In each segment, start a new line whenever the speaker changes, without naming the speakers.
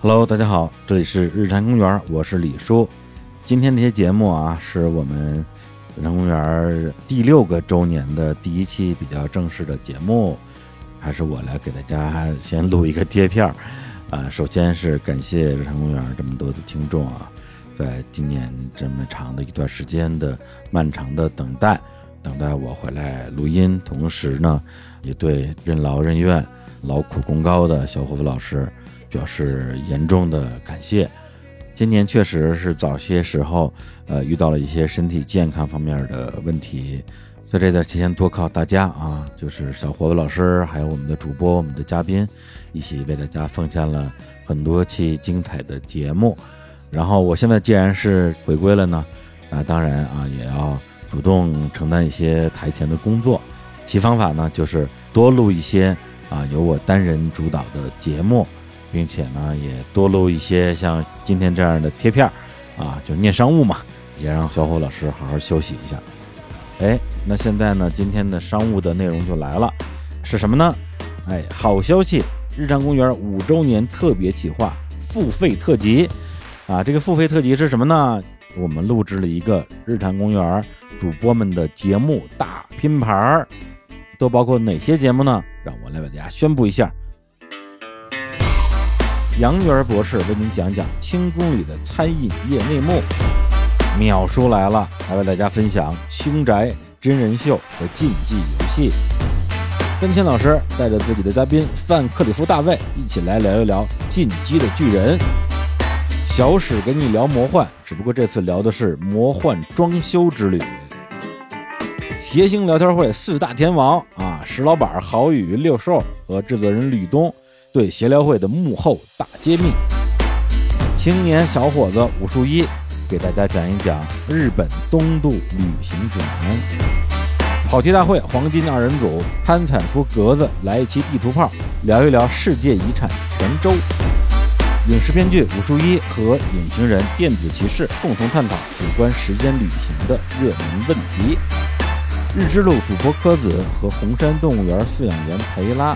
Hello，大家好，这里是日坛公园，我是李叔。今天这些节目啊，是我们日坛公园第六个周年的第一期比较正式的节目，还是我来给大家先录一个贴片儿 啊。首先是感谢日坛公园这么多的听众啊，在今年这么长的一段时间的漫长的等待，等待我回来录音，同时呢，也对任劳任怨、劳苦功高的小伙子老师。表示严重的感谢。今年确实是早些时候，呃，遇到了一些身体健康方面的问题，在这段期间多靠大家啊，就是小伙子老师，还有我们的主播、我们的嘉宾，一起为大家奉献了很多期精彩的节目。然后我现在既然是回归了呢，那当然啊，也要主动承担一些台前的工作。其方法呢，就是多录一些啊由我单人主导的节目。并且呢，也多录一些像今天这样的贴片儿，啊，就念商务嘛，也让小虎老师好好休息一下。哎，那现在呢，今天的商务的内容就来了，是什么呢？哎，好消息，日常公园五周年特别企划付费特辑，啊，这个付费特辑是什么呢？我们录制了一个日坛公园主播们的节目大拼盘儿，都包括哪些节目呢？让我来为大家宣布一下。杨元博士为您讲讲清宫里的餐饮业内幕，淼叔来了，还为大家分享凶宅真人秀和竞技游戏。三千老师带着自己的嘉宾范克里夫大卫一起来聊一聊《进击的巨人》。小史跟你聊魔幻，只不过这次聊的是魔幻装修之旅。谐星聊天会四大天王啊，石老板、郝宇、六兽和制作人吕东。对协聊会的幕后大揭秘，青年小伙子武术一给大家讲一讲日本东渡旅行指南。跑题大会黄金二人组潘坦夫格子来一期地图炮，聊一聊世界遗产泉州。影视编剧武术一和隐形人电子骑士共同探讨有关时间旅行的热门问题。日之路主播柯子和红山动物园饲养员裴拉。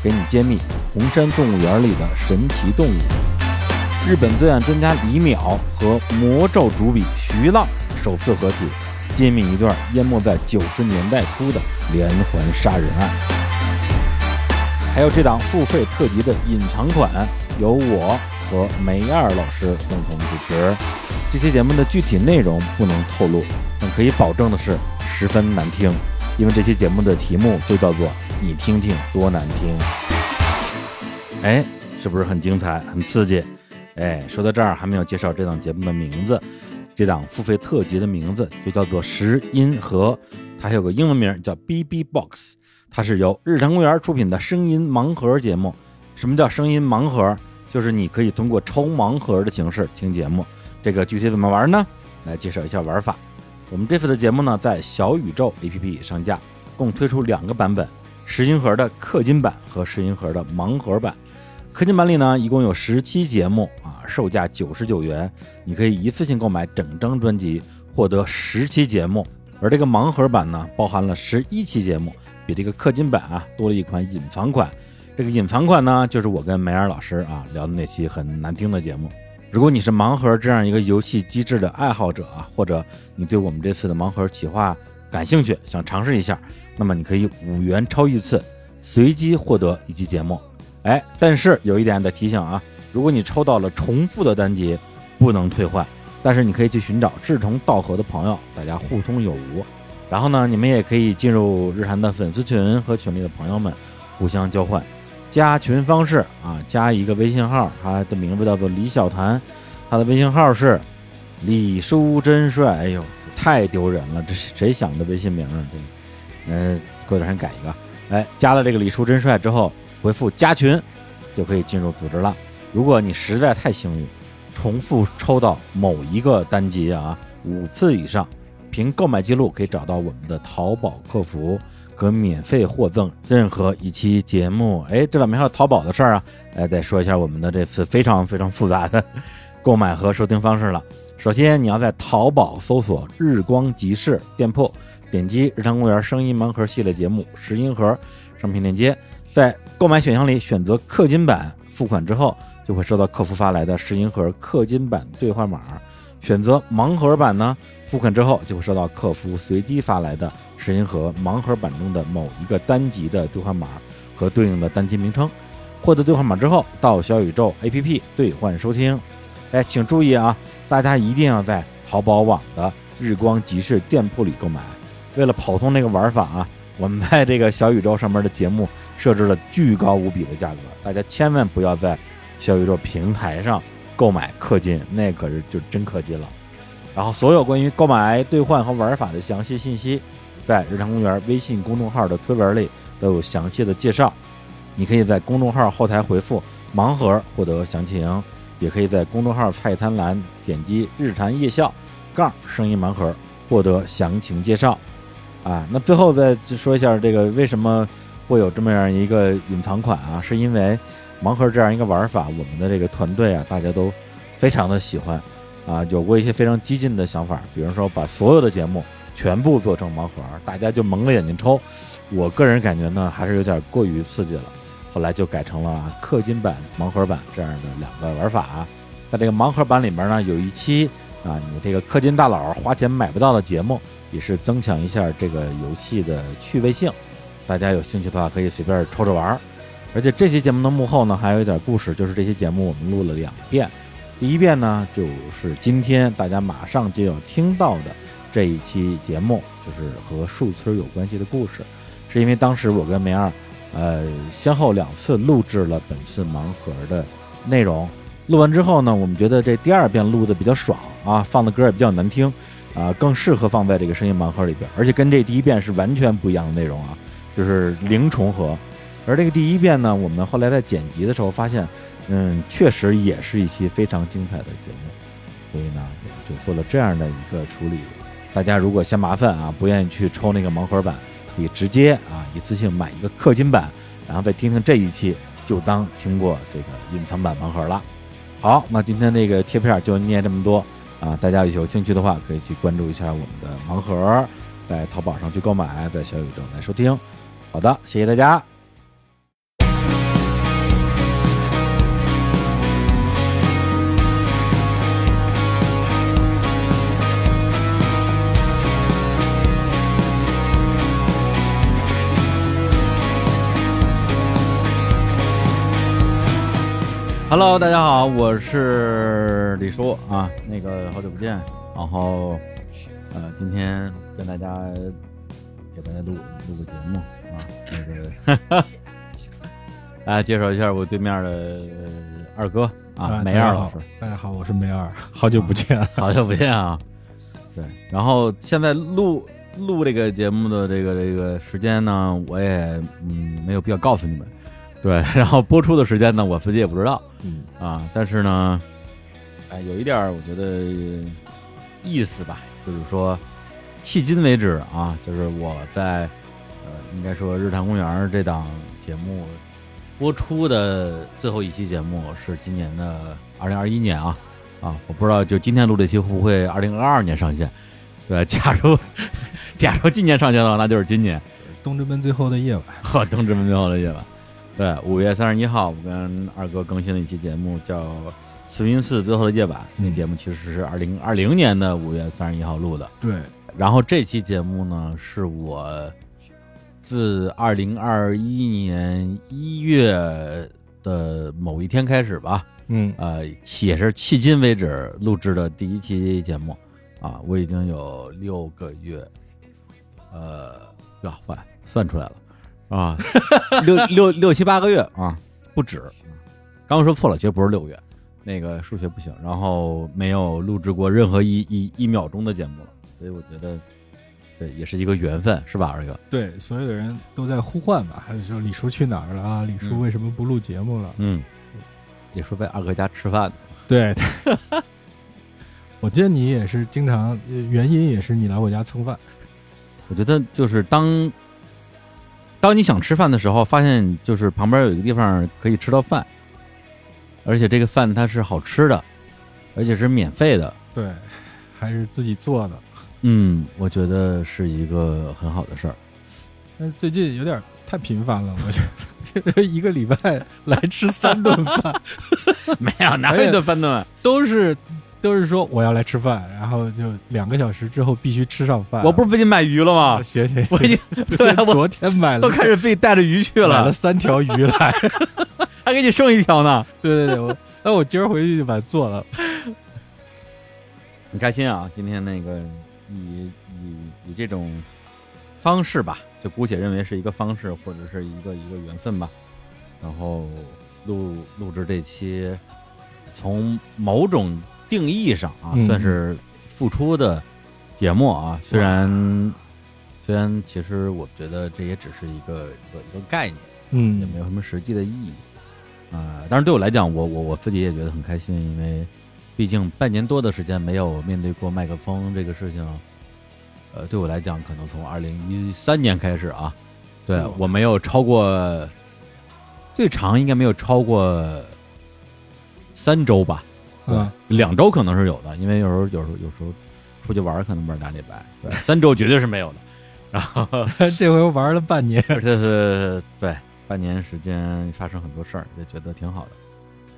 给你揭秘红山动物园里的神奇动物。日本罪案专家李淼和魔咒主笔徐浪首次合体，揭秘一段淹没在九十年代初的连环杀人案。还有这档付费特辑的隐藏款，由我和梅二老师共同主持。这期节目的具体内容不能透露，但可以保证的是十分难听，因为这期节目的题目就叫做。你听听多难听，哎，是不是很精彩、很刺激？哎，说到这儿还没有介绍这档节目的名字，这档付费特辑的名字就叫做《十音盒》，它还有个英文名叫 BB Box，它是由日坛公园出品的声音盲盒节目。什么叫声音盲盒？就是你可以通过抽盲盒的形式听节目。这个具体怎么玩呢？来介绍一下玩法。我们这次的节目呢，在小宇宙 APP 上架，共推出两个版本。石音盒的氪金版和石音盒的盲盒版，氪金版里呢，一共有十期节目啊，售价九十九元，你可以一次性购买整张专辑，获得十期节目。而这个盲盒版呢，包含了十一期节目，比这个氪金版啊多了一款隐藏款。这个隐藏款呢，就是我跟梅尔老师啊聊的那期很难听的节目。如果你是盲盒这样一个游戏机制的爱好者啊，或者你对我们这次的盲盒企划感兴趣，想尝试一下。那么你可以五元超一次，随机获得一期节目。哎，但是有一点得提醒啊，如果你抽到了重复的单集，不能退换。但是你可以去寻找志同道合的朋友，大家互通有无。然后呢，你们也可以进入日韩的粉丝群和群里的朋友们互相交换。加群方式啊，加一个微信号，他的名字叫做李小谭，他的微信号是李叔真帅。哎呦，太丢人了，这谁想的微信名啊？这。嗯，过段时间改一个。哎，加了这个李叔真帅之后，回复加群，就可以进入组织了。如果你实在太幸运，重复抽到某一个单集啊五次以上，凭购买记录可以找到我们的淘宝客服，可免费获赠任何一期节目。哎，这两天还有淘宝的事儿啊，哎，再说一下我们的这次非常非常复杂的购买和收听方式了。首先，你要在淘宝搜索“日光集市”店铺。点击日常公园声音盲盒系列节目十音盒商品链接，在购买选项里选择氪金版，付款之后就会收到客服发来的石银盒氪金版兑换码。选择盲盒版呢，付款之后就会收到客服随机发来的石银盒盲盒版中的某一个单集的兑换码和对应的单集名称。获得兑换码之后，到小宇宙 APP 兑换收听。哎，请注意啊，大家一定要在淘宝啊网的日光集市店铺里购买。为了跑通这个玩法啊，我们在这个小宇宙上面的节目设置了巨高无比的价格，大家千万不要在小宇宙平台上购买氪金，那可是就真氪金了。然后，所有关于购买、兑换和玩法的详细信息，在日常公园微信公众号的推文里都有详细的介绍。你可以在公众号后台回复“盲盒”获得详情，也可以在公众号菜单栏点击“日谈夜校”杠声音盲盒获得详情介绍。啊，那最后再说一下这个为什么会有这么样一个隐藏款啊？是因为盲盒这样一个玩法，我们的这个团队啊，大家都非常的喜欢啊，有过一些非常激进的想法，比如说把所有的节目全部做成盲盒，大家就蒙着眼睛抽。我个人感觉呢，还是有点过于刺激了。后来就改成了呃氪金版、盲盒版这样的两个玩法。在这个盲盒版里面呢，有一期啊，你这个氪金大佬花钱买不到的节目，也是增强一下这个游戏的趣味性。大家有兴趣的话，可以随便抽着玩儿。而且这期节目的幕后呢，还有一点故事，就是这期节目我们录了两遍。第一遍呢，就是今天大家马上就要听到的这一期节目，就是和树村有关系的故事，是因为当时我跟梅二。呃，先后两次录制了本次盲盒的内容。啊录完之后呢，我们觉得这第二遍录的比较爽啊，放的歌也比较难听啊、更适合放在这个声音盲盒里边，而且跟这第一遍是完全不一样的内容啊，就是零重合。而这个第一遍呢，我们后来在剪辑的时候发现，嗯，确实也是一期非常精彩的节目，所以呢，就做了这样的一个处理。啊大家如果嫌麻烦啊，不愿意去抽那个盲盒版，可以直接啊一次性买一个氪金版，然后再听听这一期，就当听过这个隐藏版盲盒了。好，那今天这个贴片就念这么多啊，大家有兴趣的话可以去关注一下我们的盲盒，在淘宝上去购买，在小宇宙来收听。好的，谢谢大家。Hello，大家好，我是李叔啊，那个好久不见，然后呃，今天跟大家给大家录录个节目啊，那个 大家介绍一下我对面的呃二哥啊，梅二老师，，
哎大家好，我是梅二，好久不见。
好久不见啊， 对，然后现在录录这个节目的这个这个时间呢，我也嗯没有必要告诉你们，对，然后播出的时间呢，我自己也不知道。
嗯，
啊，但是呢，哎，有一点儿我觉得意思吧，就是说，迄今为止啊，就是我在呃，应该说《日坛公园》这档节目播出的最后一期节目是今年的二零二一年啊啊，我不知道就今天录这期会不会二零二二年上线，对，假如 假如今年上线的话，那就是今年。
东直门最后的夜晚，
我东直门最后的夜晚。对，五月三十一号，我跟二哥更新了一期节目，叫《慈云寺最后的夜晚》。那
嗯
节目其实是二零二零年的五月三十一号录的。
对，
然后这期节目呢，是我自二零二一年一月的某一天开始吧，
嗯
呃，也是迄今为止录制的第一期节目啊，我已经有六个月，呃，呀，坏，算出来了啊， 六六六七八个月啊，不止。刚刚说错了，其实不是六个月，那个数学不行，然后没有录制过任何一一一秒钟的节目了，所以我觉得，对，也是一个缘分，是吧，二哥？
对，所有的人都在呼唤吧，还是说李叔去哪儿了啊？李
嗯
叔为什么不录节目了？
嗯，你说在二哥家吃饭呢
对， 我记得你也是经常，呃原因也是你来我家蹭饭。
我觉得就是当当你想吃饭的时候，发现就是旁边有一个地方可以吃到饭，而且这个饭它是好吃的，而且是免费的。
对，还是自己做的。
嗯，我觉得是一个很好的事儿。
但是最近有点太频繁 了，我觉得一个礼拜来吃三顿饭，
没有哪有一顿翻顿，
都是都是说我要来吃饭，然后就两个小时之后必须吃上饭。
我不是最近买鱼了吗？
行行，
啊我已
行
经 对啊，我
昨天买
都
了
开始被带着鱼去
买了
了，
三条鱼来，
还给你剩一条呢。
对对对，我那我今儿回去就把它做了。
很开心啊，今天那个以以以这种方式吧，就姑且认为是一个方式或者是一个一个缘分吧。然后录录制这期，从某种定义上啊，
嗯
算是付出的节目啊。虽然虽然其实我觉得这也只是一个一个一个概念，也
嗯
没有什么实际的意义啊、当然对我来讲，我我我自己也觉得很开心，因为毕竟半年多的时间没有面对过麦克风这个事情。呃，对我来讲，可能从二零一三年开始啊，对
哦
我没有超过最长应该没有超过三周吧，对
啊，
两周可能是有的，因为有时候有时候有时候出去玩儿可能玩儿俩礼拜，对，三周绝对是没有的。 然后
这回玩了 半年，
而且是对半年时间发生很多事儿，就觉得挺好的，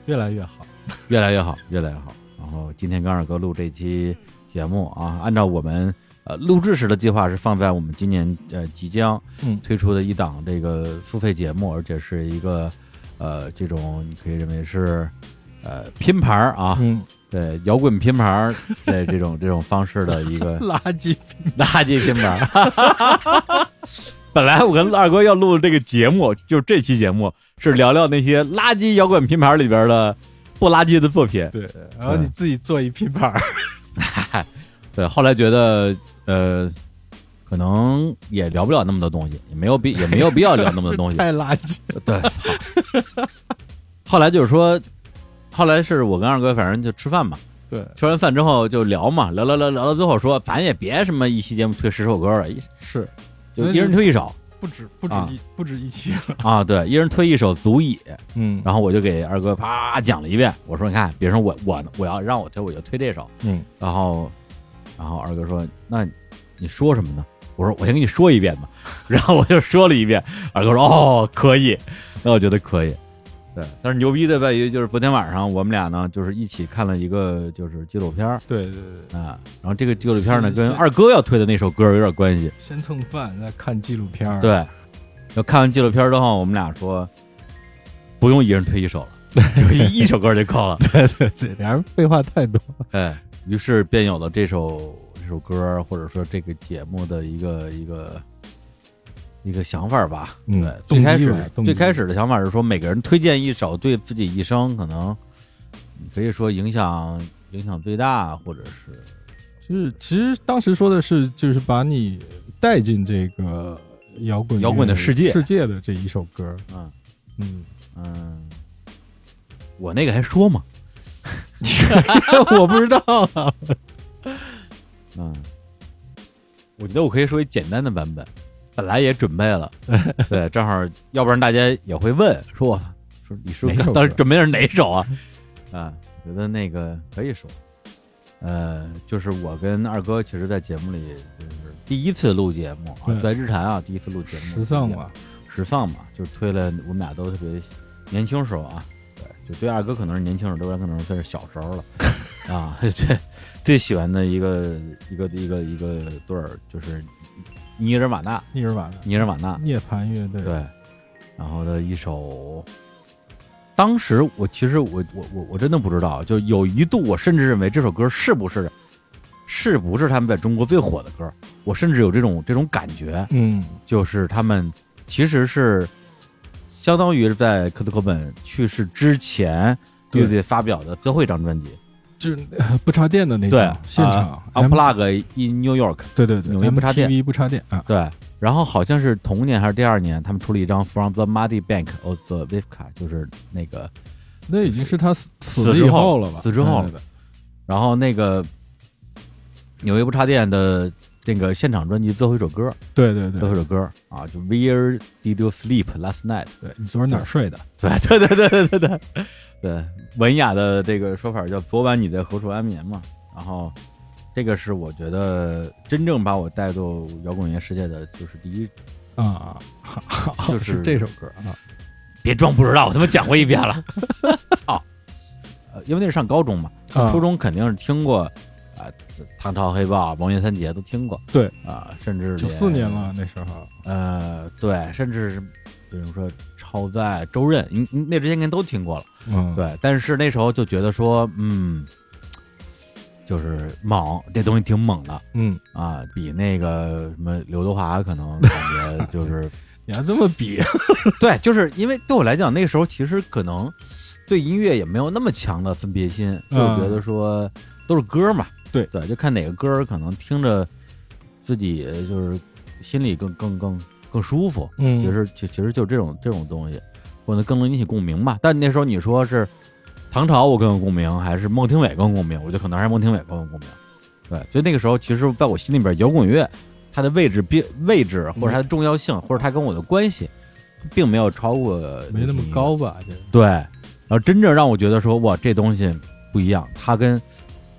越来越好。
越来越好，越来越好。然后今天跟二哥录这期节目啊，按照我们呃录制时的计划是放在我们今年呃即将
嗯
推出的一档这个付费节目，而且是一个呃这种你可以认为是呃拼盘儿 啊，
嗯，
对摇滚拼盘儿的这种这种方式的一个
垃圾
垃圾拼盘儿。本来我跟二哥要录这个节目，就是这期节目是聊聊那些垃圾摇滚拼盘里边的不垃圾的作品。
对，然后你
嗯
自己做一拼盘儿，
对，后来觉得呃，可能也聊不了那么多东西，也没有必也没有必要聊那么多 东西。
太垃圾。
对，操后来就是说，后来是我跟二哥反正就吃饭嘛，
对，
吃完饭之后就聊嘛，聊聊聊聊到最后说，反正也别什么一期节目推十首歌了，一
是
就一人推一首
不止不止
啊
一不止一期了。
啊，对，一人推一首足以。
嗯
然后我就给二哥啪讲了一遍，我说你看，比如说我我我要让我推我就推这首，
嗯，
然后然后二哥说那你说什么呢？我说我先给你说一遍吧， 然后我就说了一遍，二哥说哦可以，那我觉得可以，对，但是牛逼的在于就是昨天晚上我们俩呢就是一起看了一个就是纪录片儿
对对对，对
啊，然后这个纪录片呢
是
跟
是
二哥要推的那首歌有点关系，
先蹭饭再看纪录片儿。
对，要看完纪录片之后，我们俩说不用一人推一首 了，就一一首歌就够了。
对对对，俩人废话太多。
哎，于是便有了这首这首歌，或者说这个节目的一个一个一个想法吧。
嗯
对，
动
最
机
开
吧
始
动
最
机
开始的想法是说，每个人推荐一首对自己一生可能你可以说影响影响最大，或者是
就是其实当时说的是，就是把你带进这个摇滚
摇滚的世界
世界的这一首歌。
嗯
嗯，
嗯，我那个还说嘛，
我不知道啊。
嗯，我觉得我可以说一简单的版本，本来也准备 了，对，正好，要不然大家也会问说我，说李叔
哪首歌
当时准备的是哪首 啊？啊，觉得那个可以说，呃，就是我跟二哥其实，在节目里就是第一次录节目啊
对，
在日坛啊，第一次录节目，
时尚嘛，
时尚嘛，就是推了我们俩都特别年轻时候啊，对，就对二哥可能是年轻时候，对我可能算是小时候了啊。 最最喜欢的一个一个一个一个队儿就是尼日瓦纳，
涅尔瓦纳
尼日瓦纳
涅槃乐队。
嗯对，然后的一首。当时我其实我我我我真的不知道，就有一度我甚至认为这首歌是不是是不是他们在中国最火的歌，我甚至有这种这种感觉。
嗯，
就是他们其实是相当于是在科特·科本去世之前，
对
乐队发表的最后一张专辑，
就是呃不插电的那
对
种，现场
《
M-
Unplug in New York》。
对对对，
纽约不插电
MTV 不插电啊。
对，然后好像是同年还是第二年，他们出了一张《From the Muddy Bank of the Wifka》，就是那个，
那已经是他死死
死
了
之
以
后
了吧？
死之后了
对对对
然后那个纽约不插电的那个现场专辑最后一首歌，
对对
最后
对
一首歌啊，就《Where Did You Sleep Last Night》。
对，你昨儿哪儿睡的？
对对对对对对对对，文雅的这个说法叫“昨晚你在何处安眠”嘛。然后，这个是我觉得真正把我带入摇滚乐世界的，就是第一
啊，好好
就是
这首歌啊，
别装不知道，我他妈讲过一遍了。 操！呃，因为那是上高中嘛，上
啊
初中肯定是听过啊，这唐朝黑豹、王爷三杰都听过。
对
啊，甚至
九
连
四年。了那时候，
呃，对，甚至是比如说超载、周润，你你那之前应该都听过了。
嗯，
对，但是那时候就觉得说，嗯，就是猛，这东西挺猛的
嗯，
啊，比那个什么刘德华可能感觉就是
你还这么比，
对，就是因为对我来讲，那时候其实可能对音乐也没有那么强的分别心，就是
嗯
觉得说都是歌嘛，
对
对，就看哪个歌儿可能听着自己就是心里更更更更舒服。
嗯
其实其其实就这种这种东西，或者更能引起共鸣吧。但那时候你说是唐朝我更有共鸣，还是孟庭苇更有共鸣？我觉得可能还是孟庭苇更有共鸣。对，所以那个时候其实在我心里边，摇滚乐它的位置并位置
嗯
或者它的重要性，或者它跟我的关系，并没有超过
没那么高吧？这
对，然后真正让我觉得说，哇，这东西不一样，它跟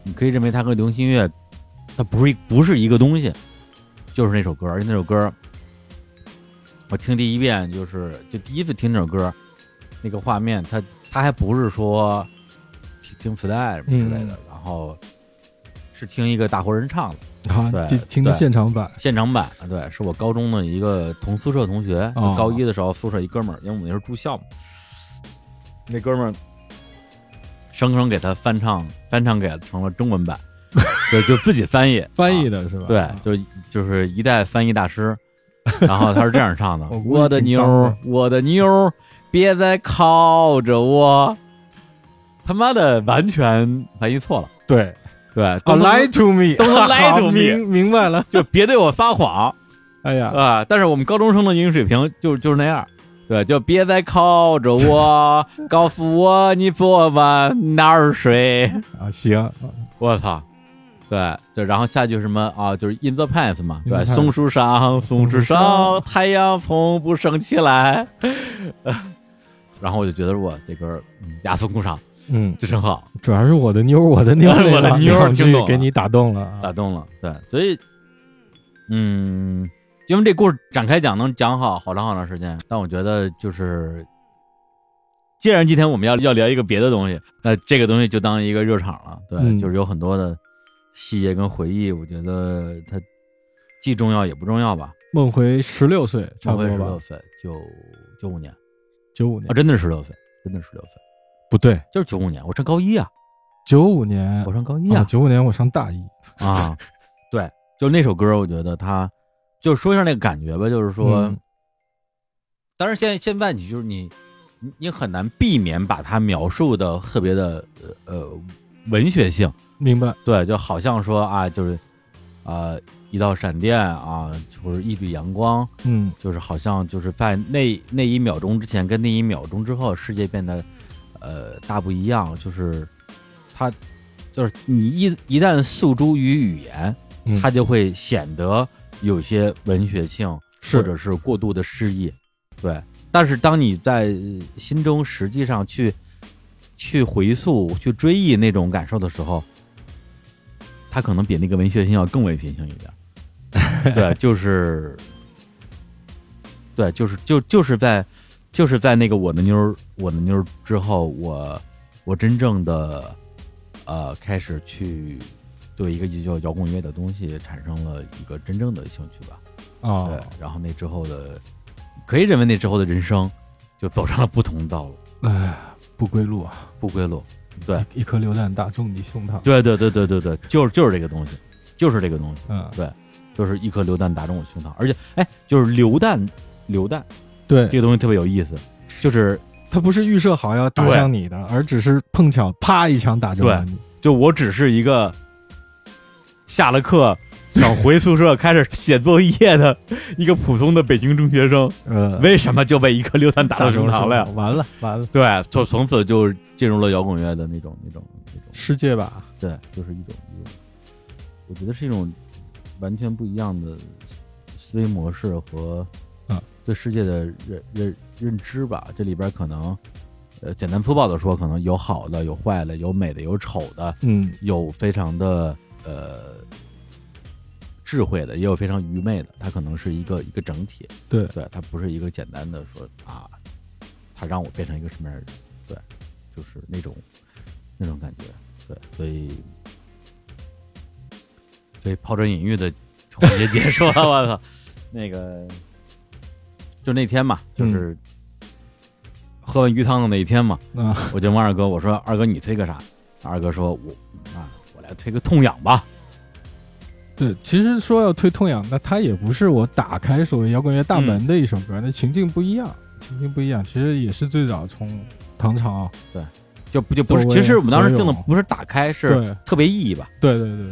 你可以认为它跟流行音乐，它不是一不是一个东西，就是那首歌，而且那首歌，我听第一遍就是就第一次听那首歌，那个画面，它它还不是说听听磁带什么之类的，
嗯
然后是听一个大活人唱的
啊
对，
听听的
对
现场版，
现场版，对，是我高中的一个同宿舍同学，
哦
高一的时候宿舍一哥们儿，因为我们那时候住校嘛，那哥们儿生生给他翻唱，翻唱给成了中文 版，就就自己翻译
翻译
的、
的是吧？
对
啊，
就就是一代翻译大 师，然后他是这样唱的
我：估计
我的
挺
妞
脏
儿
的，
我的妞儿，别再靠着我，他妈的完全翻译错了，
对
对，
啊
东东
，Lie to me，
都能 lie to me
好明明白了，
就别对我撒谎。
哎呀，
啊，但是我们高中生的英语水平就就是那样，对，就别再靠着我，告诉我你昨晚哪儿睡，
啊，行，
我操，对，就然后下句什么啊，就是 in the past 嘛，
In the
对，
past
松树上，松树上，太阳从不升起来， 然后我就觉得我这歌儿嗯雅俗共赏，
嗯，
这真好，
主要是我的妞儿， 我的妞儿
我的
那
妞儿
两句
听懂了
给你打动了啊，
打动了，对，所以，嗯，因为这故事展开讲能讲好好长好长时间，但我觉得就是，既然今天我们要要聊一个别的东西，那这个东西就当一个热场了，对，
嗯
就是有很多的细节跟回忆，我觉得它既重要也不重要吧，
梦回十六岁，差
上
不
回
多
十六
吧，
岁，九九五年
九五
啊，
年
真的是十六岁，真的是十六岁，
不对，
就是九五年，我上高一啊，
九五年
我上高一啊，
哦九五年我上大一，
啊，对，就那首歌，我觉得它就说一下那个感觉吧，就是说，
嗯
当然现在现在你就是你，你你很难避免把它描述的特别的呃呃文学性，
明白，
对，就好像说啊，就是啊、呃一道闪电啊，或者一缕阳光，
嗯，
就是好像就是在那那一秒钟之前跟那一秒钟之后，世界变得呃大不一样，就是它。就是你一一旦诉诸于语言，
嗯
它就会显得有些文学性，
是
或者是过度的诗意。对，但是当你在呃心中实际上去去回溯、去追忆那种感受的时候，它可能比那个文学性要更文学性一点。对，就是，对，就是就就是在就是在那个我的妞儿我的妞儿之后，我我真正的呃开始去对一个就叫摇滚乐的东西产生了一个真正的兴趣吧。
啊
对，，然后那之后的，可以认为那之后的人生就走上了不同道路，
哎，不归路啊，
不归路。 对，
一颗榴弹打中你胸膛，
对对对对对对，就是就是这个东西，就是这个东西，
嗯，
就是一颗榴弹打中我胸膛，而且哎，就是榴弹，榴弹这
对，
个东西特别有意思，就是
它不是预设好要打
对
向你的，而只是碰巧啪一枪打中了你，
就我只是一个下了课想回宿舍开始写作业的一个普通的北京中学 生，
呃，
为什么就被一颗榴弹打到胸膛了呀？
完了完了，
对，就从此就进入了摇滚乐的那种那种那种，
世界吧，
对，就是一种一种，我觉得是一种完全不一样的思维模式和
啊
对世界的认认认知吧。这里边可能，呃，简单粗暴的说，可能有好的，有坏的，有美的，有丑的，
嗯
有非常的呃智慧的，也有非常愚昧的，它可能是一个一个整体，
对
对，它不是一个简单的说啊，它让我变成一个什么样的人，对，就是那种那种感觉，对，所以所以抛砖引玉的环节结束了，我操，那个就那天嘛，
嗯
就是喝完鱼汤的那一天嘛，
啊，
我就问二哥，我说二哥你推个啥？二哥说我啊，我来推个痛痒吧。
对，其实说要推痛痒，那它也不是我打开所谓摇滚乐大门的一首
嗯
歌，那情境不一样，情境不一样，其实也是最早从唐朝，
就不就不是，
对我也
其实我们当时定的
我也有
不是打开，是
对
特别意义吧？
对对对对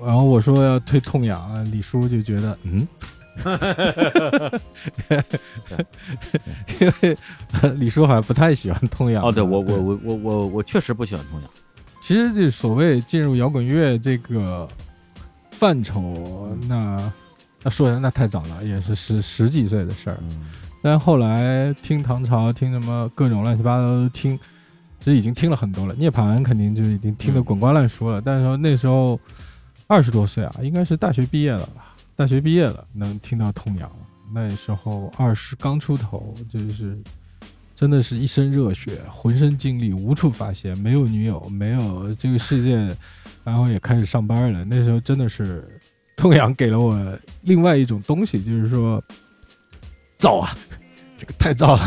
对。然后我说要推痛痒，李叔就觉得嗯， 因为李叔好像不太喜欢啊痛痒。
哦，对我我我我我我确实不喜欢痛痒，
其实这所谓进入摇滚乐这个范畴，那那说起来那太早了，也是十十几岁的事儿。
嗯，
但后来听唐朝，听什么各种乱七八糟都听，其实已经听了很多了。涅槃肯定就是已经听得滚瓜烂熟了。但是说那时候二十多岁啊，应该是大学毕业了吧？大学毕业了，能听到痛痒了。那时候二十刚出头，就是真的是一身热血，浑身精力无处发泄，没有女友，没有这个世界，然后也开始上班了。那时候真的是痛痒给了我另外一种东西，就是说造啊，这个太造了。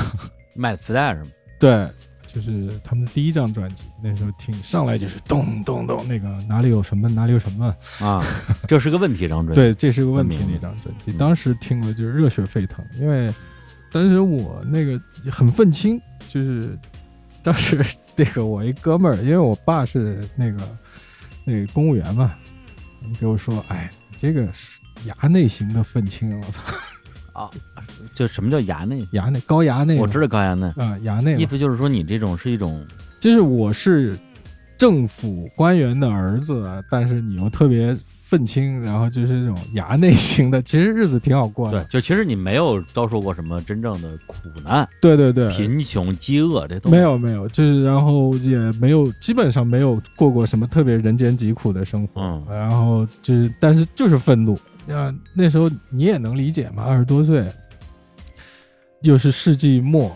卖磁带是吗？
对，就是他们的第一张专辑，那时候听上来就是咚咚咚，那个哪里有什么哪里有什么，
啊，这是个问题，张专
对，这是个问题
明白
那张专辑，
嗯
当时听了就是热血沸腾，因为当时我那个很愤青，就是当时那个我一哥们儿，因为我爸是那个那个公务员嘛，给我说，哎，你这个是衙内型的愤青，我操，
就什么叫衙内？
衙内高衙内嘛，
我知道高衙内，
啊、衙内嘛
意思就是说你这种是一种
就是我是政府官员的儿子，但是你又特别愤青，然后就是这种衙内型的，其实日子挺好过
对
的。，
就其实你没有遭受过什么真正的苦难、
对对对
贫穷、饥饿这东西，
没有没有，就是然后也没有，基本上没有过过什么特别人间疾苦的生活。
嗯
然后就是，但是就是愤怒。那那时候你也能理解嘛，二十多岁，又是世纪末、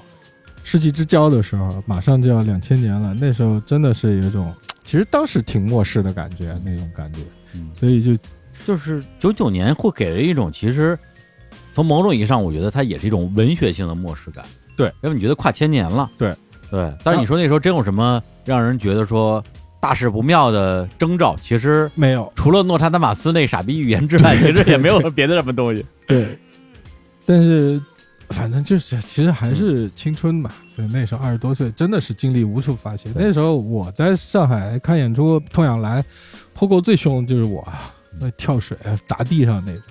世纪之交的时候，马上就要两千年了。那时候真的是有一种，其实当时挺漠视的感觉，那种感觉。
嗯，
所以就
就是九九年会给人一种其实。从某种意义上，我觉得它也是一种文学性的漠视感。
对，
因为你觉得跨千年了。
对
对，但是你说那时候真有什么让人觉得说大事不妙的征兆？其实
没有
除了诺查丹马斯那傻逼预言 之外，
对
其实
对
也没有别的什么东西。
对，但是反正就是其实还是青春嘛，就是那时候二十多岁，真的是精力无处发泄。
对
那时候我在上海看演出，痛痒来破够最凶的就是我，那跳水啊砸地上那种，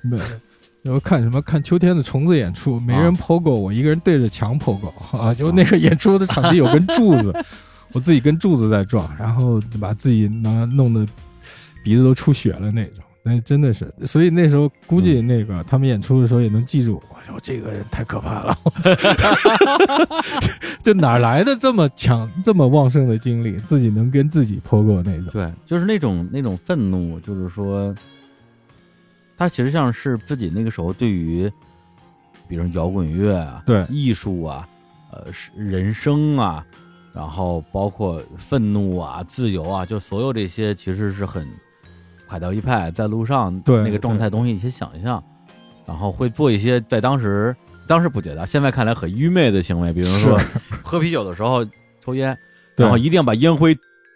没有。然后看什么？看秋天的虫子演出，没人
啊
POGO，、我一个人对着墙 POGO 啊！就那个演出的场地有根柱子，我自己跟柱子在撞，然后把自己拿弄得鼻子都出血了那种。那真的是，所以那时候估计
嗯
那个、他们演出的时候也能记住我，说这个人太可 怕了，这哪来的这么强、这么旺盛的精力，自己能跟自己 POGO 那种？
对，就是那种那种愤怒，就是说，他其实像是自己那个时候对于，比如摇滚乐啊、
对
艺术啊、呃是人生啊，然后包括愤怒啊、自由啊，就所有这些其实是很垮掉一派在路上
对
那个状态
对
东西一些想象，然后会做一些在当时当时不觉得，现在看来很愚昧的行为，比如说
是
喝啤酒的时候抽烟。
对
然后一定把烟灰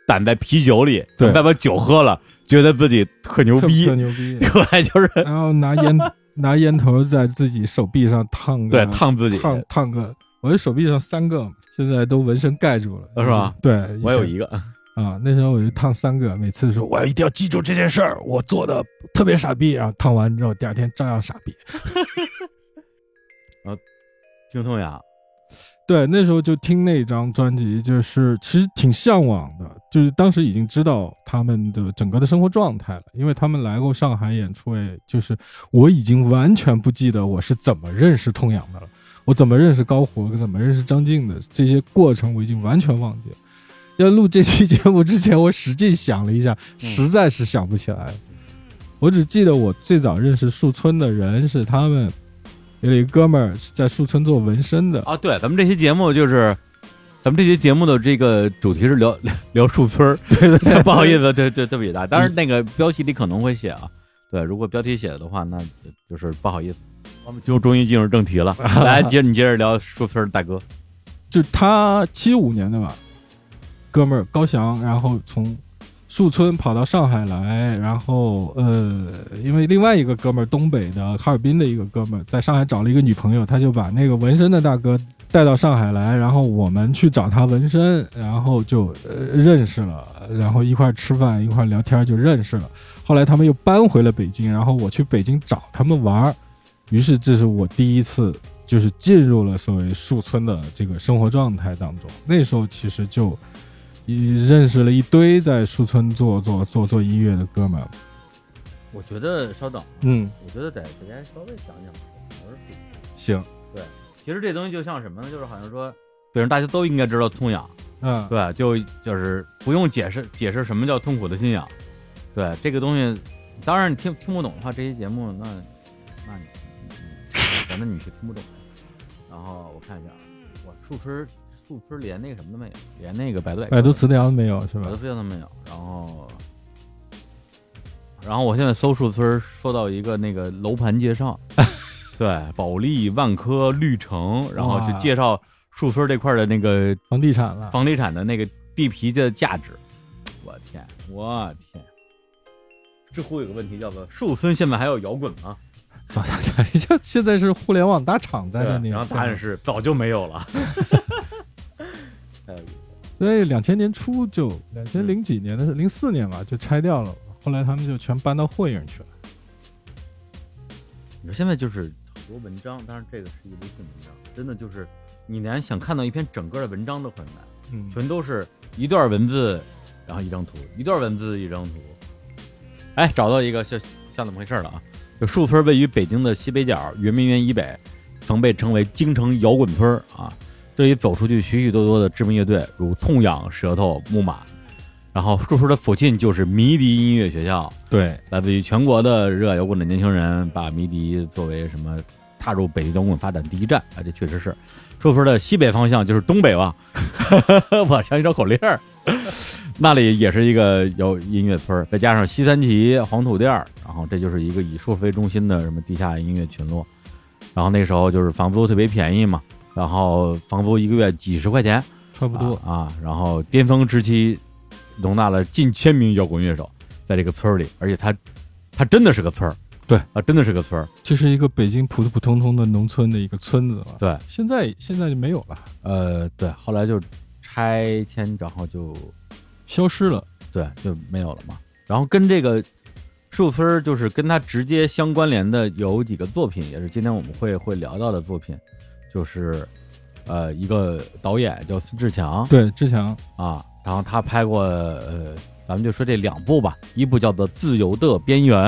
掸在啤酒里，
对
再把酒喝了，觉得自己特牛
特
逼，
特，牛 逼
后来就是
然后拿烟拿烟头在自己手臂上烫
对
个
烫自己。
烫烫个，我的手臂上三个嘛，现在都纹身盖住了，
是吧？
对，
我有
以前
一个，
啊，那时候我就烫三个，每次说我要一定要记住这件事儿，我做的特别傻逼，然后烫完之后第二天照样傻逼。
听痛痒，
对，那时候就听那张专辑，就是其实挺向往的，就是当时已经知道他们的整个的生活状态了，因为他们来过上海演出，也就是我已经完全不记得我是怎么认识痛痒的了，我怎么认识高虎，怎么认识张晋的这些过程，我已经完全忘记了。要录这期节目之前，我使劲想了一下，实在是想不起来。我只记得我最早认识树村的人是他们有一个哥们儿是在树村做纹身的，
啊，对，咱们这期节目就是，咱们这期节目的这个主题是聊 聊聊树村儿，对对 对，不好意思，对对对不起大家，当然那个标题里可能会写啊，对，如果标题写的话，那就是不好意思，我们就终于进入正题了，来，接你接着聊树村儿大哥，
就是他七五年的吧，哥们儿高翔，然后从树村跑到上海来，然后呃，因为另外一个哥们儿东北的哈尔滨的一个哥们儿在上海找了一个女朋友，他就把那个纹身的大哥带到上海来，然后我们去找他纹身，然后就、呃、认识了，然后一块儿吃饭一块儿聊天就认识了。后来他们又搬回了北京，然后我去北京找他们玩儿，于是这是我第一次就是进入了所谓树村的这个生活状态当中。那时候其实就一认识了一堆在树村做做做做音乐的哥们儿，
我觉得稍等，
嗯，
我觉得得给大家稍微讲讲，
行，
其实这东西就像什么呢？就是好像说，对，让大家都应该知道痛痒，
嗯，
对，就就是不用解释解释什么叫痛苦的信仰。对这个东西，当然你听听不懂的话，这期节目那那你你你反正你是听不懂的。然后我看一下，啊，我树村树村连那个什么都没有，连那个百度
百度
科
词典没有是
百
吧
度？词典都没有。然后，然后我现在搜树村，搜到一个那个楼盘介 绍，对，保利、万科、绿城，然后就
哇
介绍树村这块的那个
房地产了，
啊房地产的那个地皮的价值。我天，我天！知乎有个问题叫做“树村现在还有摇滚吗
早早早 就现在是互联网大厂？”在那里，
然后答案是早就没有了。呃，
所以两千年初就两千零几年的是零四年吧，就拆掉了。后来他们就全搬到霍营去了。
你说现在就是好多文章，当然这个是一微信文章，真的就是你连想看到一篇整个的文章都很难，
嗯
全都是一段文字，然后一张图，一段文字一张图。哎，找到一个像像怎么回事了啊？就树村位于北京的西北角圆明园以北，曾被称为京城摇滚村儿啊。这里走出去许许多多的知名乐队，如痛痒、舌头、木马。然后树村的附近就是迷笛音乐学校，
对，
来自于全国的热爱摇滚的年轻人，把迷笛作为什么踏入北极摇滚发展第一站啊，这确实是。说出的西北方向就是东北吧， 我想起绕口令儿，那里也是一个摇音乐村儿，再加上西三旗、黄土店儿，然后这就是一个以数为中心的什么地下音乐群落。然后那时候就是房租特别便宜嘛，然后房租一个月几十块钱，
差不多。
啊啊。然后巅峰时期容纳了近千名摇滚乐手在这个村儿里，而且它它真的是个村儿，
对
啊，真的是个村儿，
这是一个北京普普通通的农村的一个村子嘛。
对，
现在现在就没有了，
呃，对，后来就拆迁，然后就
消失了。
对就没有了嘛。然后跟这个树村儿就是跟它直接相关联的有几个作品，也是今天我们会会聊到的作品，就是呃一个导演叫孙志强，
对，之前
啊，然后他拍过呃，咱们就说这两部吧，一部叫做《自由的边缘》，